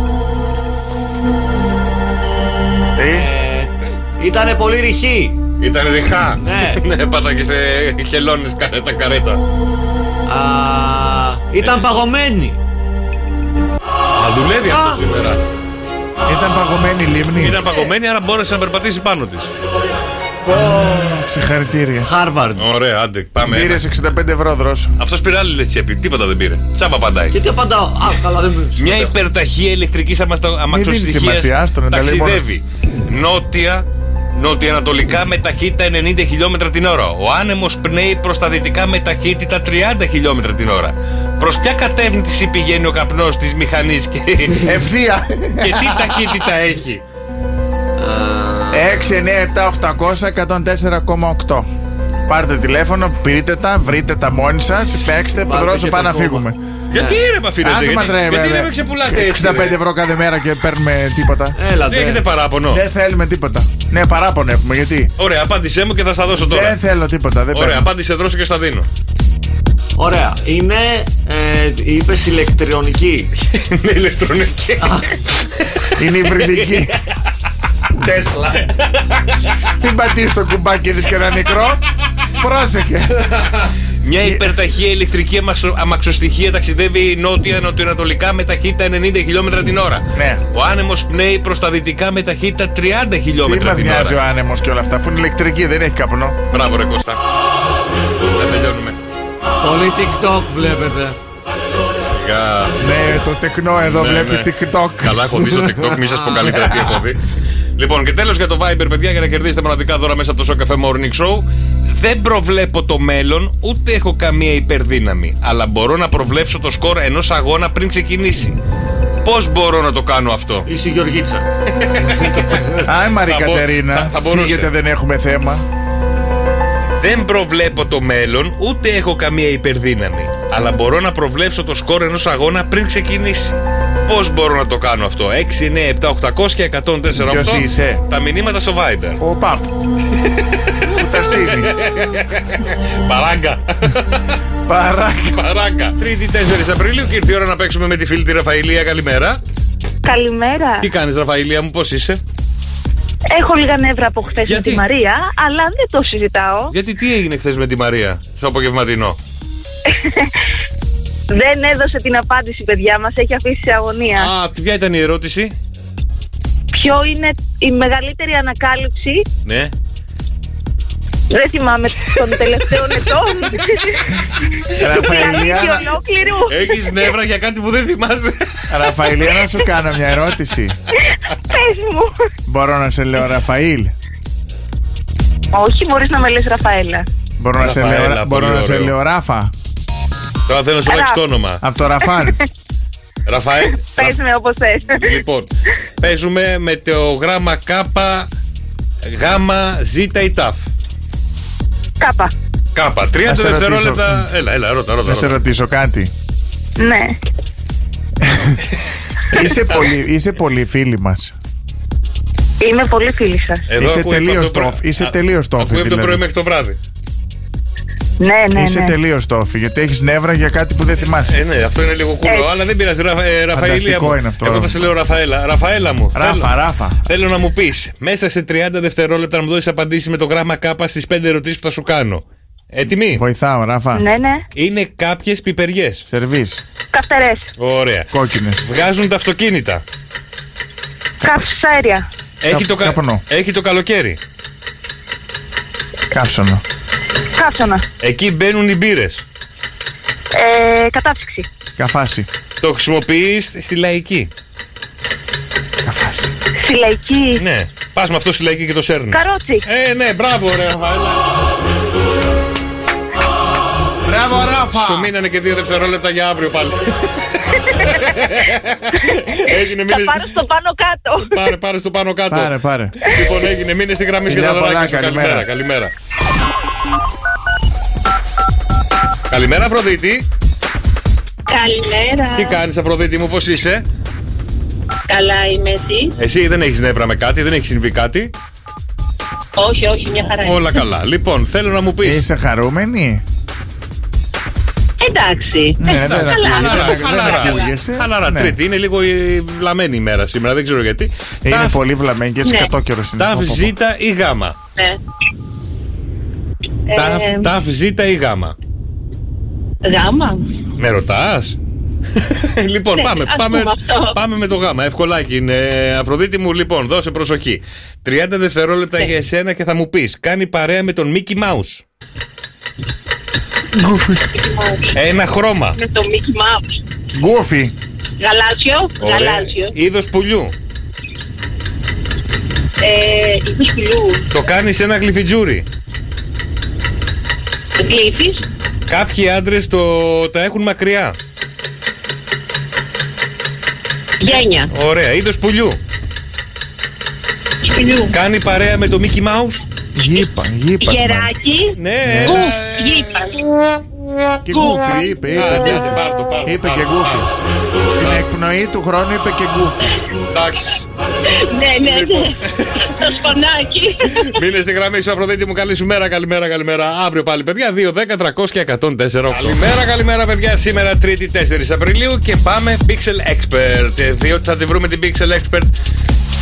ε, Ήτανε πολύ ρηχή. Ήταν ριχά. Ναι. ναι, πάτα και σε χελώνες καρέτα καρέτα. Α, Ε. ήταν παγωμένη. Α, δουλεύει Α. αυτό σήμερα. Ήταν παγωμένη η λίμνη. Ήταν παγωμένη, άρα μπόρεσε να περπατήσει πάνω της. Ε, Συγχαρητήρια. Χάρβαρντ. Ωραία, άντε, πάμε. Πήρε 65 ευρώ δρόσο. Αυτός πήρε άλλη δε τσέπη, τίποτα δεν πήρε. Τσάπα απαντάει. Και τι απαντάω. Α, καλά, δεν μου- Μια υπερταχεία ηλεκτρικής δίνεις σημασία, αμαξοστοιχεία άστο να τα λέει μόνο. ταξιδεύει νότια, νοτιοανατολικά με ταχύτητα 90 χιλιόμετρα την ώρα. Ο άνεμος πνέει προς τα δυτικά με ταχύτητα 30 χιλιόμετρα την ώρα. Προς ποια κατεύθυνση πηγαίνει ο καπνός της μηχανής και. Ευθεία. και τι ταχύτητα έχει. 6, 9, 7, 800, 104,8. Πάρτε τηλέφωνο, πήρτε τα, βρείτε τα μόνοι σας, παίξτε, Βάλτε δρόσο και πάμε να το κόμμα. φύγουμε. Γιατί ρε με αφήνετε, Ναι. Άντε γιατί- μας, ρε, γιατί ρε, ρε ρε. με ξεπουλάτε έτσι, 65 ρε. ευρώ κάθε μέρα και παίρνουμε τίποτα. Έλα, Δεν ρε. έχετε παράπονο. Δεν θέλουμε τίποτα. Ναι, παράπονο έχουμε, γιατί. Ωραία, απάντησέ μου και θα στα δώσω τώρα. Δεν θέλω τίποτα, δεν Ωραία, παίρνω. απάντησε δρόσο και στα δίνω. Ωραία. Είναι. Ε, Είπες ηλεκτρονική. Είναι ηλεκτρονική. Είναι υβριδική. Τέσλα. Μην πατήσεις το κουμπάκι δεις και ένα νεκρό. Πρόσεχε. Ε, Μια υπερταχεία ηλεκτρική αμαξο- αμαξοστοιχεία ταξιδεύει νότια-νοτιοανατολικά με ταχύτητα 90 χιλιόμετρα την ώρα. Ναι. Ο άνεμος πνέει προς τα δυτικά με ταχύτητα 30 Τι χιλιόμετρα μας την νοιάζει ο ώρα. άνεμος και όλα αυτά, αφού είναι ηλεκτρική, δεν έχει καπνό. Μπράβο, ρε Κώστα. Δεν τελειώνουμε. Πολύ TikTok βλέπετε. Σιγά. Ναι, το τεκνό εδώ Ναι, ναι. βλέπει TikTok. Καλά, έχω δει στο TikTok, μη σας πω καλύτερα τι έχω δει. Λοιπόν, και τέλος για το Viber, παιδιά, για να κερδίσετε μοναδικά δώρα μέσα από το Show Cafe Morning Show. Δεν προβλέπω το μέλλον, ούτε έχω καμία υπερδύναμη. Αλλά μπορώ να προβλέψω το σκορ ενός αγώνα πριν ξεκινήσει. Πώς μπορώ να το κάνω αυτό, Είσαι η Γεωργίτσα. Άι Μαρή Θα μπο- θα- Κατερίνα, θα μπορούσε. φύγετε δεν έχουμε θέμα. Δεν προβλέπω το μέλλον, ούτε έχω καμία υπερδύναμη. Αλλά μπορώ να προβλέψω το σκορ ενός αγώνα πριν ξεκινήσει. Πώς μπορώ να το κάνω αυτό, 6, 9, 7, 800 και 104. Ποιος είσαι? Τα μηνύματα στο Viber. Ο Παπ. Που τα στείλει. Παράγκα. Παράγκα. Παράγκα. Τρίτη 4 Απριλίου και ήρθε η ώρα να παίξουμε με τη φίλη τη Ραφαηλία. Καλημέρα. Καλημέρα. Τι κάνεις, Ραφαηλία μου, πώς είσαι. Έχω λίγα νεύρα από χθες με τη Μαρία, αλλά δεν το συζητάω. Γιατί τι έγινε χθες με τη Μαρία στο απογευματινό. Δεν έδωσε την απάντηση, παιδιά μας. Έχει αφήσει σε αγωνία. Α, τι- ποια ήταν η ερώτηση. Ποιο είναι η μεγαλύτερη ανακάλυψη, Ναι. δεν θυμάμαι, των τελευταίων ετών. του πλανήτη Ραφαηλία, ολόκληρου. Έχεις νεύρα για κάτι που δεν θυμάσαι. Ραφαηλία, να σου κάνω μια ερώτηση. Πες μου. Μπορώ να σε λέω Ραφαήλ. Όχι, μπορείς να με λες, Ραφαέλα. Μπορώ να σε Ραφαέλα, λέω, μπορώ πολύ να σε ωραίο. λέω Ράφα. Τώρα θέλω να σου Ρα. αλλάξει το όνομα. Από το Ραφάλ. Ραφαέλ. Πες με όπως θες. Λοιπόν, παίζουμε με το γράμμα Κ, Γ, Ζ ή Ταφ. Κάπα. Κ. 30 Να σε ρωτήσω. δευτερόλεπτα. Έλα, έλα, ρώτα, ρώτα. Να σε ρώτα. ρωτήσω κάτι. Ναι. Είσαι πολύ, είσαι πολύ φίλη μας. Είμαι πολύ φίλη σας. Εδώ Είσαι ακούγεται από τελείως το πρωί- τόφι, είσαι α, τελείως τόφι, Ακούγεται το δηλαδή. πρωί μέχρι το βράδυ. Ναι, ναι, Είσαι ναι. τελείως τόφι, γιατί έχεις νεύρα για κάτι που δεν Ε, θυμάσαι. ναι, αυτό είναι λίγο κουλό, αλλά δεν πειράζει. Ραφα, ε, Ραφαήλια Φανταστικό μου. είναι αυτό. Εγώ θα σε λέω Ραφαέλα. Ραφαέλα μου. Ράφα, Ε, θέλω, ράφα. θέλω να μου πεις μέσα σε 30 δευτερόλεπτα να μου δώσεις απαντήσεις με το γράμμα Κ στις 5 ερωτήσεις που θα σου κάνω. Έτοιμοι. Βοηθάω, ράφα. Ναι, ναι. Είναι κάποιες πιπεριές. Σερβίς, Καυτερές. Ωραία. κόκκινες. Βγάζουν τα αυτοκίνητα. Καυσαέρια. Έχει το, κα- καπνό. έχει το καλοκαίρι. Καύσωνο. Καύσωνα. Εκεί μπαίνουν οι μπύρες. Ε, κατάψυξη. Καφάση. Το χρησιμοποιείς στη λαϊκή. Καφάση. Συλλαϊκή. Ναι. Πας με αυτό στη λαϊκή και το σέρνεις. Καρότσι. Ε, ναι, μπράβο, ρε, Ραφαέλα. Μπράβο, Σου ράφα. μείνανε και δύο δευτερόλεπτα για αύριο πάλι. έγινε Θα μήνες... πάρω στο πάνω κάτω. Πάρε, πάρε στο πάνω κάτω. Πάρε, πάρε. Λοιπόν, έγινε μήνες στη γραμμή σου και τα Φιλιά πολλά, δωράκια σου. Καλημέρα, καλημέρα. καλημέρα. Καλημέρα, Αφροδίτη. Καλημέρα. Τι Ε. κάνεις Αφροδίτη μου, πώς είσαι. Καλά είμαι εσύ. Εσύ δεν έχεις νεύρα με κάτι, δεν έχεις συμβεί κάτι. Όχι, όχι, μια χαρά. Όλα καλά. Λοιπόν, θέλω να μου πεις Είσαι χαρούμενη. Εντάξει. Ναι, δεν Ε, καλά, ακούγεται, καλά, δεν- δεν χαλαρά. ακούγεσαι. Χαλαρά, Ναι. τρίτη. Είναι λίγο ε, βλαμμένη η μέρα σήμερα, δεν ξέρω γιατί. Είναι Ταφ, πολύ βλαμμένη και έτσι Ναι. κατόκαιρο είναι. ταφ, Πω, πω, πω. ζ ή γάμα. Ναι. Ε, Ε, Ταφ, ταφ, ζ ή γάμα. Γάμα. Με ρωτάς. λοιπόν, Ναι, πάμε, ας πάμε, πούμε αυτό. πάμε με το γάμα. Ευκολάκι είναι. Αφροδίτη μου, λοιπόν, δώσε προσοχή. 30 δευτερόλεπτα Ναι. για εσένα και θα μου πεις: Κάνει παρέα με τον Μίκι Μάου. Γκούφι. Ένα χρώμα. Με το Mickey Mouse. Γκούφι. Γαλάζιο. Γαλάζιο. Είδος πουλιού. Ε, είδους πουλιού. Το κάνεις ένα γλυφιτζούρι. Γλύφης. Κάποιοι άντρες τα έχουν μακριά. Γένια. Ωραία. Είδος πουλιού. Σπηλιού. Κάνει παρέα με το Μίκι Μάους. Γήπα, γήπα. Γεράκι. Ναι, Γκουφ. ένα- Γήπα. Και γκούφι, είπε. Α, ναι. είπε, εντάξει, πάρ' το, πάρ' το, Είπε πάρ' και το. γκούφι. Την εκπνοή του χρόνου είπε και γκούφι. Εντάξει. Ναι, ναι, Λοιπόν. ναι. Το σκονάκι. Μείνε στη γραμμή σου, Αφροδίτη μου. Καλή σου μέρα, καλημέρα, καλημέρα. Αύριο πάλι, παιδιά. 2, 10, 300 και 104. Καλημέρα, καλημέρα, παιδιά. Σήμερα 3η 4 Απριλίου και πάμε Pixel Expert. Ε, Διότι θα τη βρούμε την Pixel Expert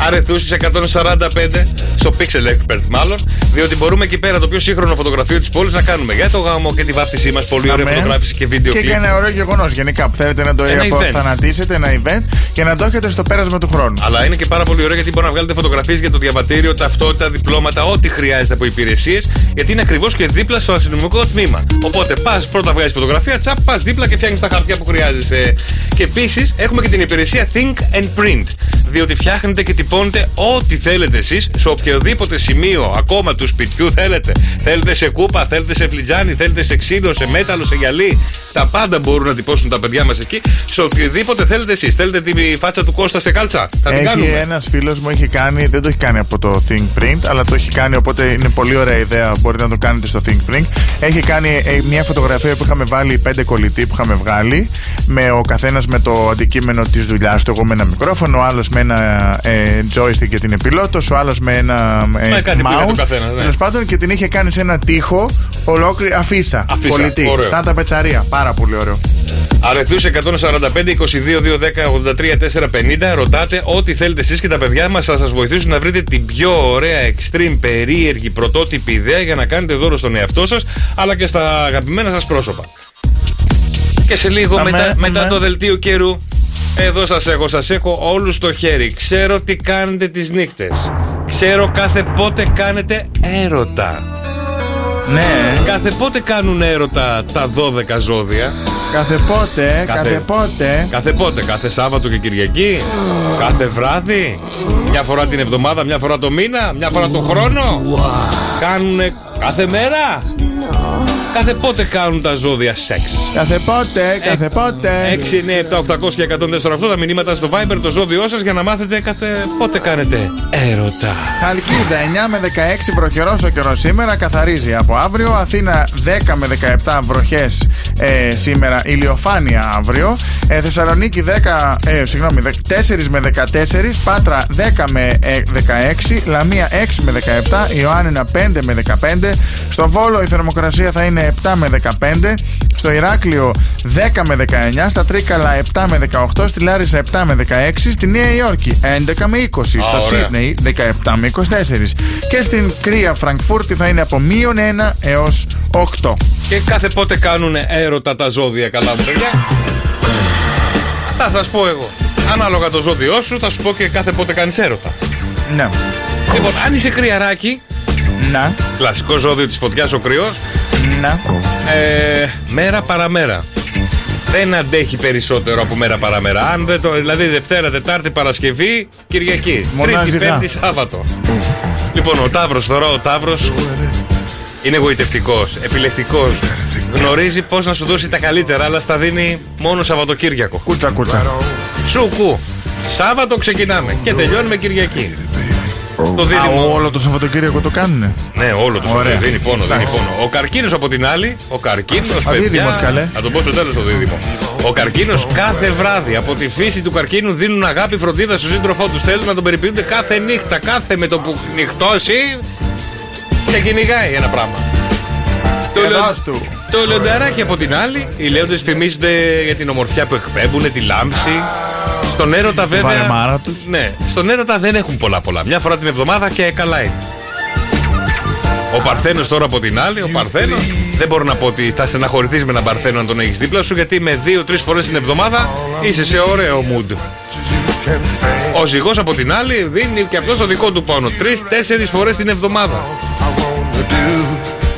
αρεθούση 145 στο Pixel Expert, μάλλον. Διότι μπορούμε εκεί πέρα το πιο σύγχρονο φωτογραφείο της πόλης να κάνουμε για το γάμο και τη βάφτισή μας. Πολύ ωραία Αμέ. φωτογράφηση Ε, και βίντεο Και για κλειπ. ένα ωραίο γεγονός γενικά που θέλετε να το Ένα event. θανατήσετε, ένα event και να το έχετε στο πέρασμα του χρόνου. Αλλά είναι και πάρα πολύ ωραίο γιατί μπορεί να βγάλετε φωτογραφίες για το διαβατήριο, ταυτότητα, διπλώματα, ό,τι χρειάζεται από υπηρεσίες. Γιατί είναι ακριβώς και δίπλα στο αστυνομικό τμήμα. Οπότε πας πρώτα βγάζεις φωτογραφία, τσαπ, πας δίπλα και φτιάχνεις τα χαρτιά που χρειάζεσαι. Και επίσης έχουμε και την υπηρεσία Think and Print. Διότι φτιάχνετε και τυπώνετε ό,τι θέλετε εσείς σε οποιοδήποτε σημείο ακόμα του σπιτιού θέλετε. Θέλετε σε κούπα, θέλετε σε φλιτζάνι, θέλετε σε ξύλο, σε μέταλλο, σε γυαλί. Τα πάντα μπορούν να τυπώσουν τα παιδιά μας εκεί. Σε οποιοδήποτε θέλετε εσείς. Θέλετε τη φάτσα του Κώστα σε κάλτσα. Θα την Έχει ε. κάνουμε. ένας φίλος μου έχει κάνει, δεν το έχει κάνει από το Think Print, αλλά το έχει κάνει, οπότε είναι πολύ ωραία ιδέα. Μπορείτε να το κάνετε στο Think Print. Έχει κάνει ε, μια φωτογραφία που είχαμε βάλει, πέντε κολλητοί που είχαμε βγάλει, με ο καθένας με το αντικείμενο της δουλειάς του. Εγώ με ένα μικρόφωνο, ο άλλος με ένα ε, joystick και την επιλότος, ο άλλος με ένα ε, Ναι, κάτι που είχε mouse. το καθένας, ναι. Τέλος πάντων και την είχε κάνει σε ένα τοίχο ολόκληρη αφίσα. Αφίσα, κολλητή. ωραίο. Σαν τα πετσαρία. Πάρα πολύ ωραίο. Αρεθούς 145-22-210-83-450. Ρωτάτε ό,τι θέλετε εσείς και τα παιδιά μας θα σας βοηθήσουν να βρείτε την πιο ωραία, extreme, περίεργη, πρωτότυπη ιδέα για να κάνετε δώρο στον εαυτό σας αλλά και στα αγαπημένα σας πρόσωπα. Και σε λίγο Αμέ, μετά, μετά αμέ. το δελτίο καιρού. Εδώ σας έχω, σας έχω όλους στο χέρι. Ξέρω τι κάνετε τις νύχτες. Ξέρω κάθε πότε κάνετε έρωτα. Ναι. Κάθε πότε κάνουν έρωτα τα 12 ζώδια. Κάθε πότε, Κάθε- κάθε πότε. Κάθε πότε, κάθε Σάββατο και Κυριακή, κάθε βράδυ, μια φορά την εβδομάδα, μια φορά το μήνα, μια φορά το χρόνο. Κάνουνε κάθε μέρα. Κάθε πότε κάνουν τα ζώδια σεξ. Κάθε πότε, κάθε ε, πότε. 6, 9, 7, 800 ναι, και 148 τα μηνύματα στο Viber το ζώδιό σας για να μάθετε κάθε πότε κάνετε έρωτα. Χαλκίδα 9 με 16 βροχερός ο καιρός σήμερα, καθαρίζει από αύριο. Αθήνα 10 με 17 βροχές ε, σήμερα, ηλιοφάνεια αύριο. Ε, Θεσσαλονίκη 10, ε, συγγνώμη, 4 με 14, Πάτρα 10 με ε, 16, Λαμία 6 με 17, Ιωάννινα 5 με 15, στο Βόλο η θερμοκρασία θα είναι 7 με 15, στο Ηράκλειο 10 με 19, στα Τρίκαλα 7 με 18, στη Λάρισα 7 με 16, στη Νέα Υόρκη 11 με 20, Α, στο ωραία. Σίδνεϊ 17 με 24 και στην κρύα Φραγκφούρτη θα είναι από μείον 1 έως 8. Και κάθε πότε κάνουν έρωτα τα ζώδια, καλά μου παιδιά. Αυτά θα σας πω εγώ. Ανάλογα το ζώδιό σου, θα σου πω και κάθε πότε κάνεις έρωτα. Ναι. Λοιπόν, αν είσαι κρυαράκι, Να, κλασικό ζώδιο της φωτιάς ο κρυός, να. ε, μέρα παραμέρα. Δεν αντέχει περισσότερο από μέρα παραμέρα. Αν δεν το, δηλαδή Δευτέρα, Τετάρτη, Παρασκευή, Κυριακή. Τρίτη, Μονάζιγα. Πέμπτη, Σάββατο. λοιπόν, ο Ταύρος, θεωρώ ο Ταύρος είναι εγωιτευτικό, επιλεκτικός. Γνωρίζει πώς να σου δώσει τα καλύτερα, αλλά στα δίνει μόνο Σαββατοκύριακο. Κούτσα, κούτσα. Σου κου. Σάββατο ξεκινάμε και τελειώνουμε Κυριακή. Το Α, δίδυμο. όλο το Σαββατοκύριακο το κάνουνε. Ναι, όλο το Ωραία. σπίτι. Δίνει πόνο, δίνει Εντάξει. πόνο. Ο καρκίνος από την άλλη, ο καρκίνος. δίδυμος, καλέ. Θα το πω στο τέλος το δίδυμο. Ο καρκίνος κάθε βράδυ από τη φύση του καρκίνου δίνουν αγάπη, φροντίδα στον σύντροφό τους. Θέλουν να τον περιποιούνται κάθε νύχτα. Κάθε με το που νυχτώσει, σε κυνηγάει ένα πράγμα. Το, λε- Εδάς του. το λιονταράκι από την άλλη, οι λέοντες φημίζονται για την ομορφιά που εκπέμπουν, τη λάμψη. Στον έρωτα βέβαια. βαρεμάρα τους. Ναι, στον έρωτα δεν έχουν πολλά πολλά. Μια φορά την εβδομάδα και καλά είναι. Ο Παρθένος τώρα από την άλλη, ο Παρθένο Δεν μπορώ να πω ότι θα στεναχωρηθείς με έναν παρθένο αν τον έχεις δίπλα σου, γιατί με δύο-τρει φορές την εβδομάδα είσαι σε ωραίο mood. Ο ζυγός από την άλλη δίνει και αυτό το δικό του πόνο. Τρει-τέσσερι φορές την εβδομάδα.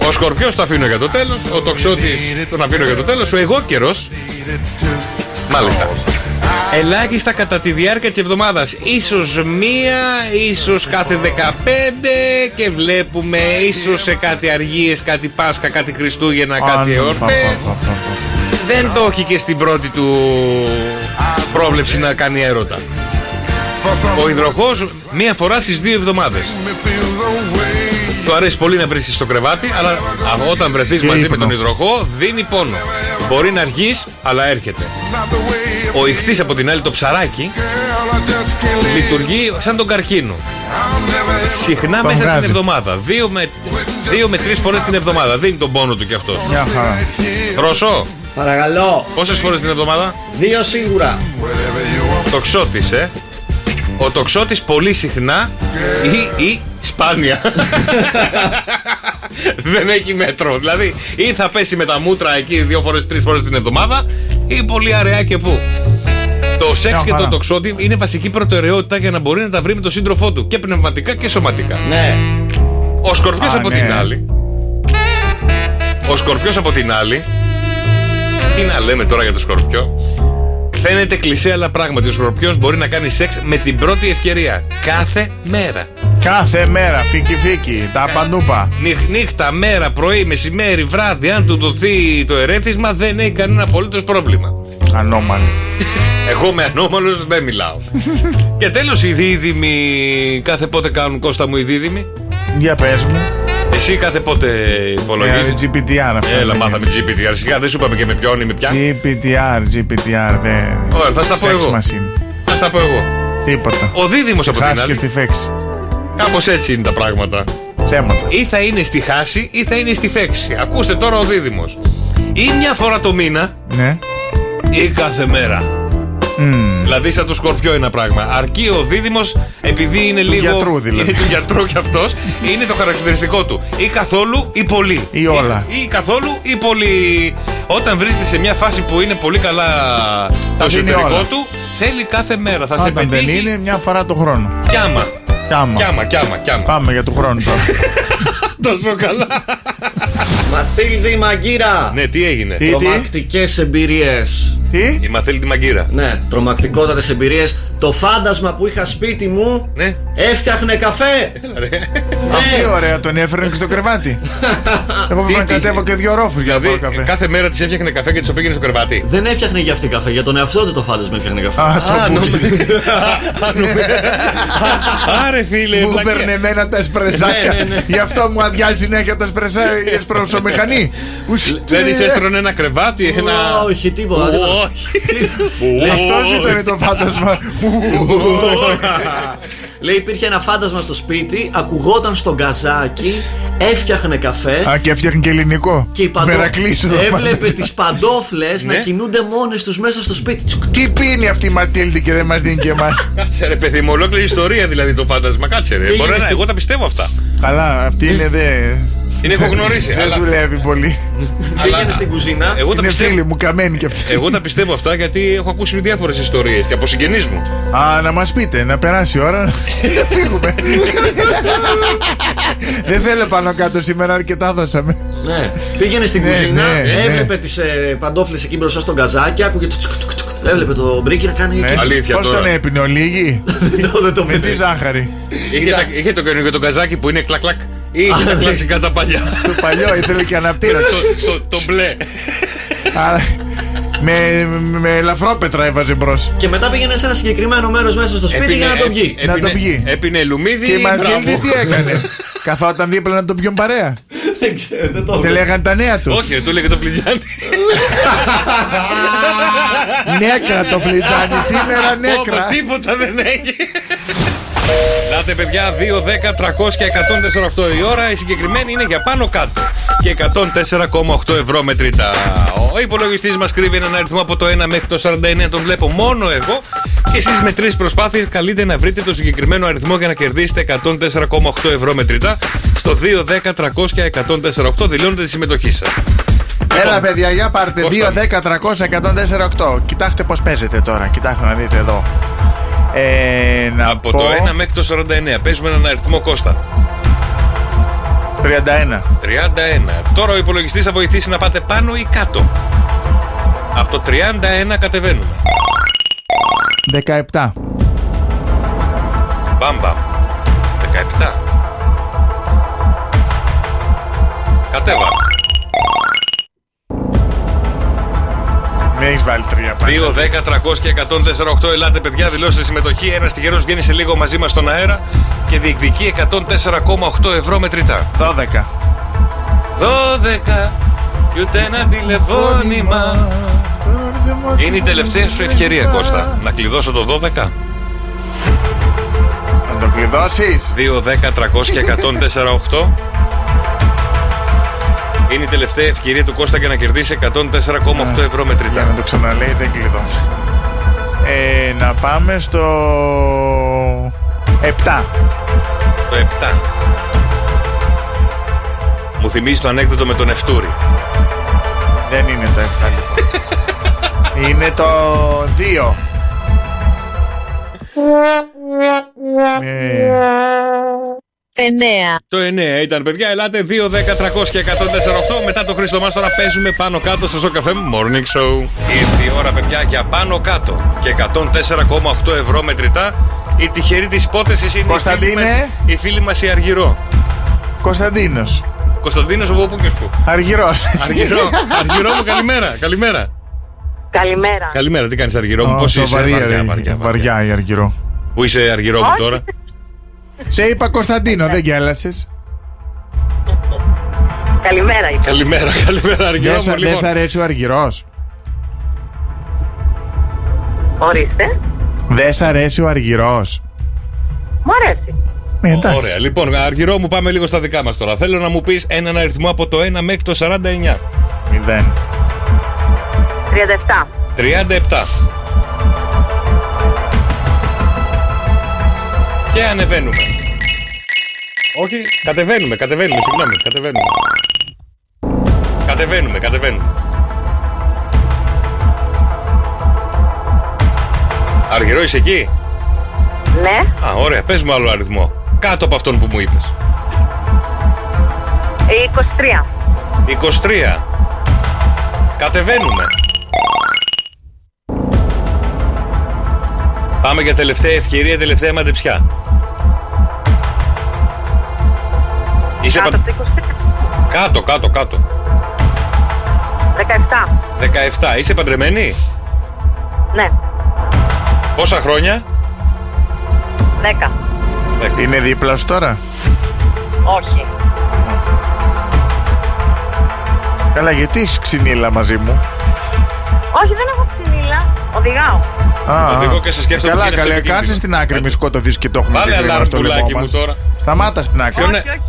Ο σκορπιός το αφήνω για το τέλος. Ο τοξότης τον αφήνω για το τέλος. Ο εγώ καιρό. Μάλιστα. Ελάχιστα κατά τη διάρκεια της εβδομάδας. σω μία, ίσως κάθε 15 και βλέπουμε ίσως σε κάτι αργίες, κάτι Πάσχα, κάτι Χριστούγεννα, κάτι εορτέ. Δεν το έχει και στην πρώτη του πρόβλεψη να κάνει έρωτα. Ο υδροχός μία φορά στις δύο εβδομάδες. Του αρέσει πολύ να βρίσκεις στο κρεβάτι, αλλά όταν βρεθείς μαζί με τον υδροχό, δίνει πόνο. Μπορεί να αργείς, αλλά έρχεται. Ο ηχτής από την άλλη, το ψαράκι, λειτουργεί σαν τον καρκίνο. Συχνά μέσα στην βγάζει. εβδομάδα. Δύο με, δύο με τρεις φορές την εβδομάδα. Δίνει τον πόνο του κι αυτός. Μια χαρά. Ρωσό. Παρακαλώ. Πόσες φορές την εβδομάδα? Δύο σίγουρα. Τοξότη, ε. Ο τοξότη πολύ συχνά ή, ή σπάνια. Δεν έχει μέτρο. Δηλαδή, ή θα πέσει με τα μούτρα εκεί δύο φορές, τρεις φορές την εβδομάδα, ή πολύ αραιά και πού. Το σεξ και το τοξότη είναι βασική προτεραιότητα για να μπορεί να τα βρει με τον σύντροφό του και πνευματικά και σωματικά. Ναι. Ο Σκορπιός Α, από ναι. την άλλη. Ο Σκορπιός από την άλλη. Τι να λέμε τώρα για το Σκορπιό. Φαίνεται κλεισέ, αλλά πράγματι ο Σκορπιός μπορεί να κάνει σεξ με την πρώτη ευκαιρία. Κάθε μέρα. Κάθε μέρα, φίκι φίκι, τα παντούπα. Νυχ- νύχτα, μέρα, πρωί, μεσημέρι, βράδυ, αν του δοθεί το ερέθισμα, δεν έχει κανένα απολύτως πρόβλημα. Ανώμαλοι. Εγώ με ανώμαλο δεν μιλάω. Και τέλος οι δίδυμοι. Κάθε πότε κάνουν κόστα μου οι δίδυμοι. Για πες μου. Εσύ κάθε πότε υπολογίζεις. Ε, GPTR αυτό. Έλα, μάθαμε GPTR. Σιγά δεν σου είπαμε και με ποιον ή με ποια. GPTR, GPTR, δεν. Ωραία, θα στα πω Sex εγώ. machine. Θα στα πω εγώ. Τίποτα. Ο δίδυμος από την Χάσκες άλλη. στη φέξη. Κάπως έτσι είναι τα πράγματα. Ψέματα. Ή θα είναι στη χάση ή θα είναι στη φέξη. Ακούστε τώρα ο δίδυμος. Ή μια φορά το μήνα Ναι. ή κάθε μέρα. Μμμ. Δηλαδή σαν το σκορπιό ένα πράγμα. Αρκεί ο δίδυμος, επειδή είναι λίγο. γιατρού δηλαδή. Είναι του γιατρού κι αυτός, είναι το χαρακτηριστικό του. Ή καθόλου ή πολύ. Ή όλα. Ή, καθόλου ή πολύ. Όταν βρίσκεται σε μια φάση που είναι πολύ καλά το δίνει εσωτερικό όλα. του, θέλει κάθε μέρα. Θα σε Όταν δεν πετύχει. είναι, μια φορά το χρόνο. Κι άμα. Κιάμα. Κιάμα, κιάμα, κιάμα. Πάμε για του χρόνου τώρα. Τόσο καλά. Μαθήλδη μαγκύρα. Ναι, τι έγινε. Τι, τι? Τρομακτικές εμπειρίες. Τι? Η μαθήλτη μαγκύρα. Ναι, τρομακτικότατες εμπειρίες. Το φάντασμα που είχα σπίτι μου ναι. έφτιαχνε καφέ. Αυτή ωραία τον έφερε και στο κρεβάτι. Εγώ πρέπει να κατέβω και δύο ρόφους για να Δηλαδή πάω καφέ. κάθε μέρα της έφτιαχνε καφέ και της πήγαινε στο κρεβάτι. Δεν έφτιαχνε για αυτή καφέ, για τον εαυτό του το φάντασμα έφτιαχνε καφέ. Α, το που- Άρε φίλε, Μου βλακία. παίρνε εμένα τα εσπρεσάκια. Γι' αυτό μου αδειάζει συνέχεια το εσπρεσά- η εσπρεσομηχανή. Ουσ- Δηλαδή σε ε, έστρωνε ένα κρεβάτι, ένα. Όχι, τίποτα. τίποτα. Όχι. Αυτό ήταν το φάντασμα. Λέει υπήρχε ένα φάντασμα στο σπίτι, ακουγόταν στο γκαζάκι, έφτιαχνε καφέ Α, και έφτιαχνε και ελληνικό. και οι παντό... Μερακλής εδώ έβλεπε πάντα. τις παντόφλες να Ναι. κινούνται μόνες τους μέσα στο σπίτι. Τσουκ. Τι πίνει αυτή η Ματίλντη και δεν μας δίνει και εμάς. Κάτσε ρε παιδί μου, ολόκληρη ιστορία δηλαδή το φάντασμα. Κάτσε ρε. Πήγαινε Μπορεί να, στη- εγώ τα πιστεύω αυτά. Καλά, αυτή είναι δε. Την έχω γνωρίσει. Δεν αλλά- δουλεύει πολύ. Πήγαινε στην κουζίνα. Εγώ τα Είναι πιστεύω. φίλη μου, καμένη κι αυτή. Εγώ τα πιστεύω αυτά γιατί έχω ακούσει διάφορες ιστορίες και από συγγενείς μου. Α, να μας πείτε, να περάσει η ώρα. Να φύγουμε. Δεν θέλω πάνω κάτω σήμερα, αρκετά δώσαμε. Ναι. Πήγαινε στην Ναι, κουζίνα, ναι, ναι. έβλεπε τις ε, παντόφλες εκεί μπροστά στο γκαζάκι, άκουγε το τσουκ, τσουκ, τσουκ. Έβλεπε το μπρίκι να κάνει εκεί. Αλήθεια Πώς τώρα. Ε, Ναι. τον έπινε, ο Λίγη. Δεν το Ναι. Με τη ζάχαρη. Είχε, τα, είχε το καινούργιο το καζάκι που είναι κλακ-κλακ. Ή είχε τα κλασικά τα παλιά. Το παλιό ήθελε και αναπτύρα. ναι. το, το, το μπλε. Άρα, με, με ελαφρόπετρα έβαζε μπρος. Και μετά πήγαινε σε ένα συγκεκριμένο μέρος μέσα στο Ε, σπίτι για να το βγει. Να το βγει. ε, Έπινε λουμίδι. Και η Ματίλντη μπράβο. τι έκανε. Καθόταν δίπλα να τον πιούν παρέα. Δεν ξέρω, δεν το Δεν λέγανε τα νέα τους. Όχι, ρε, του έλεγε το φλιτζάνι. Νέκρα το φλιτζάνι σήμερα, νέκρα. Όπα, Τίποτα δεν έχει. Λάτε παιδιά 2, 10, 300 και 104,8 η ώρα. Η συγκεκριμένη είναι για πάνω κάτω. Και 104,8 ευρώ μετρητά. Ο υπολογιστής μας κρύβει έναν αριθμό από το 1 μέχρι το 49. Τον βλέπω μόνο εγώ. Και εσείς με τρεις προσπάθειες καλείτε να βρείτε το συγκεκριμένο αριθμό για να κερδίσετε 104,8 ευρώ μετρητά. στο 210-300-1048 δηλώνετε τη συμμετοχή σας. Έλα, παιδιά, για πάρτε. 2, 10, 300, 104, 8. Κοιτάξτε πώς παίζετε τώρα. Κοιτάξτε να δείτε εδώ. Ε, να Από πω... το 1 μέχρι το 49 παίζουμε έναν αριθμό Κώστα. 31. 31. Τώρα ο υπολογιστής θα βοηθήσει να πάτε πάνω ή κάτω. Από το 31 κατεβαίνουμε. 17. Μπαμπαμ. 17. Κατέβα. Με έχεις βάλει τρία 2, 10, 300 και 104,8. Ελάτε, παιδιά, δηλώστε συμμετοχή. Ένας τυχερός βγαίνει σε λίγο μαζί μας στον αέρα και διεκδικεί 104,8 ευρώ μετρητά. 12. 12 και ούτε ένα τηλεφώνημα. Είναι η τελευταία σου ευκαιρία, Κώστα. Να κλειδώσω το 12. Να το κλειδώσεις. 2, 10, 300 και 104,8. Είναι η τελευταία ευκαιρία του Κώστα για να κερδίσει 104,8 ευρώ μετρητά. Για να το ξαναλέει, δεν κλειδώνεις. Ε, να πάμε στο. 7. Το 7. Μου θυμίζει το ανέκδοτο με τον Ευτούρη. Δεν είναι το 7 λοιπόν. είναι το 2. Ε, Εννέα. Το 9 ήταν, παιδιά. Ελάτε 2, 10, 300 και 148. Μετά το Χρήστο Μάστορα παίζουμε πάνω κάτω σε καφέ Morning Show. Ήρθε η ώρα, παιδιά, για πάνω κάτω. Και 104,8 ευρώ μετρητά. Η τυχερή της υπόθεσης είναι Κωνσταντίνε. η φίλη μας η Αργυρό. Κωνσταντίνος. Κωνσταντίνος από πού και σου. Αργυρός. Αργυρό, Αργυρό μου, καλημέρα. Καλημέρα. Καλημέρα. Καλημέρα, τι κάνεις, Αργυρό μου, Ω, πώς είσαι. σοβαρή, βαριά, ρε. βαριά. Βαριά η Αργυρό. Πού είσαι, Αργυρό μου Όχι. τώρα. Σε είπα Κωνσταντίνο, δεν γέλασες. Καλημέρα. είπα. Καλημέρα, καλημέρα, Αργυρό μου. Δεν σ' Λοιπόν, αρέσει ο Αργυρός. Ορίστε. Δεν σ' αρέσει ο Αργυρός. Μου αρέσει. Εντάξει. Ωραία, λοιπόν, Αργυρό μου, πάμε λίγο στα δικά μας τώρα. Θέλω να μου πεις έναν αριθμό από το 1 μέχρι το 49. λοιπόν. Μηδέν. 37. 37. Και ανεβαίνουμε. Όχι, κατεβαίνουμε, κατεβαίνουμε, συγγνώμη, κατεβαίνουμε. Κατεβαίνουμε, κατεβαίνουμε. Αργυρό είσαι εκεί. Ναι. Α, ωραία, πες μου άλλο αριθμό. Κάτω από αυτόν που μου είπες. 23. 23. Κατεβαίνουμε. Πάμε για τελευταία ευκαιρία, τελευταία μαντεψιά. Είσαι Κάτω πα- από το 23. κάτω, κάτω, κάτω. 17. 17. Είσαι παντρεμένη. Ναι. Πόσα χρόνια. 10. Είναι δίπλα σου τώρα. Όχι. Καλά, γιατί έχεις ξυνήλα μαζί μου. Όχι, δεν έχω ξυνήλα. Οδηγάω. Α, Οδηγώ α. και σε σκέφτομαι Καλά, ποιο είναι καλά. αυτό το Κάτσε κίνδυνο. στην άκρη, μη σκοτωθείς και το έχουμε Βάλε και αλάρμ κρύβουμε στο λαιμό πουλάκι μου μας. τώρα. Σταμάτας στην άκρη. Ποιο είναι- Όχι, όχι.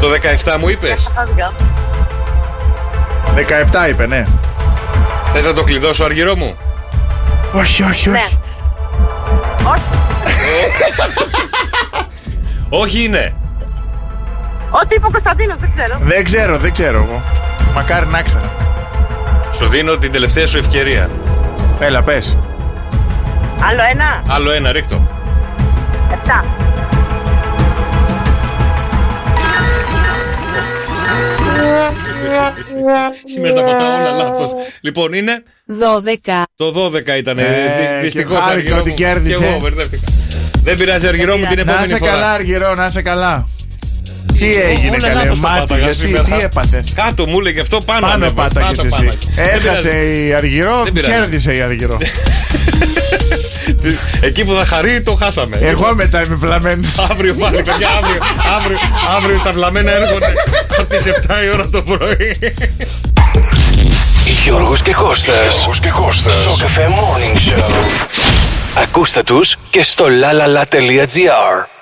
Το 17 μου είπες. θα οδηγάω. 17 είπε, ναι. Θες να το κλειδώσω αργυρό μου. Όχι, όχι, Ναι. όχι. Όχι. Όχι είναι. Ό,τι είπε ο Κωνσταντίνος, δεν ξέρω. Δεν ξέρω, δεν ξέρω εγώ. Μακάρι να ξέρα. Σου δίνω την τελευταία σου ευκαιρία. Έλα, πες. Άλλο ένα. Άλλο ένα, ρίχτω. 7. Σήμερα τα πατάω όλα λάθος. Λοιπόν, είναι Δώδεκα. Το 12 ήταν. Ε, και Δυστυχώς χάρηκα αργυρό. ότι μου. κέρδισε. Και εγώ μπερδεύτηκα. Δεν πειράζει αργυρό μου την Ε, Να επόμενη είσαι φορά. Ε, καλά, Αργυρό, να είσαι καλά. Τι έγινε, όλα καλέ. λάθος τα Μάτι, πάταγα γιατί, σήμερα. τι έπαθες. Κάτω μου έλεγε αυτό πάνω. Πάνω ανέβα, πάταγε πάνω, εσύ. πάνω. Δεν Έχασε πειράζει. η Αργυρό, Δεν πειράζει. κέρδισε η Αργυρό. Εκεί που θα χαρεί το χάσαμε. Εγώ μετά είμαι βλαμμένο. Αύριο πάλι, παιδιά, αύριο, αύριο, αύριο τα βλαμμένα έρχονται από τις 7 η ώρα το πρωί. Γιώργος και Κώστας. Γιώργος και Κώστας. Σοκ FM Morning Show. Ακούστε τους και στο lalala.gr.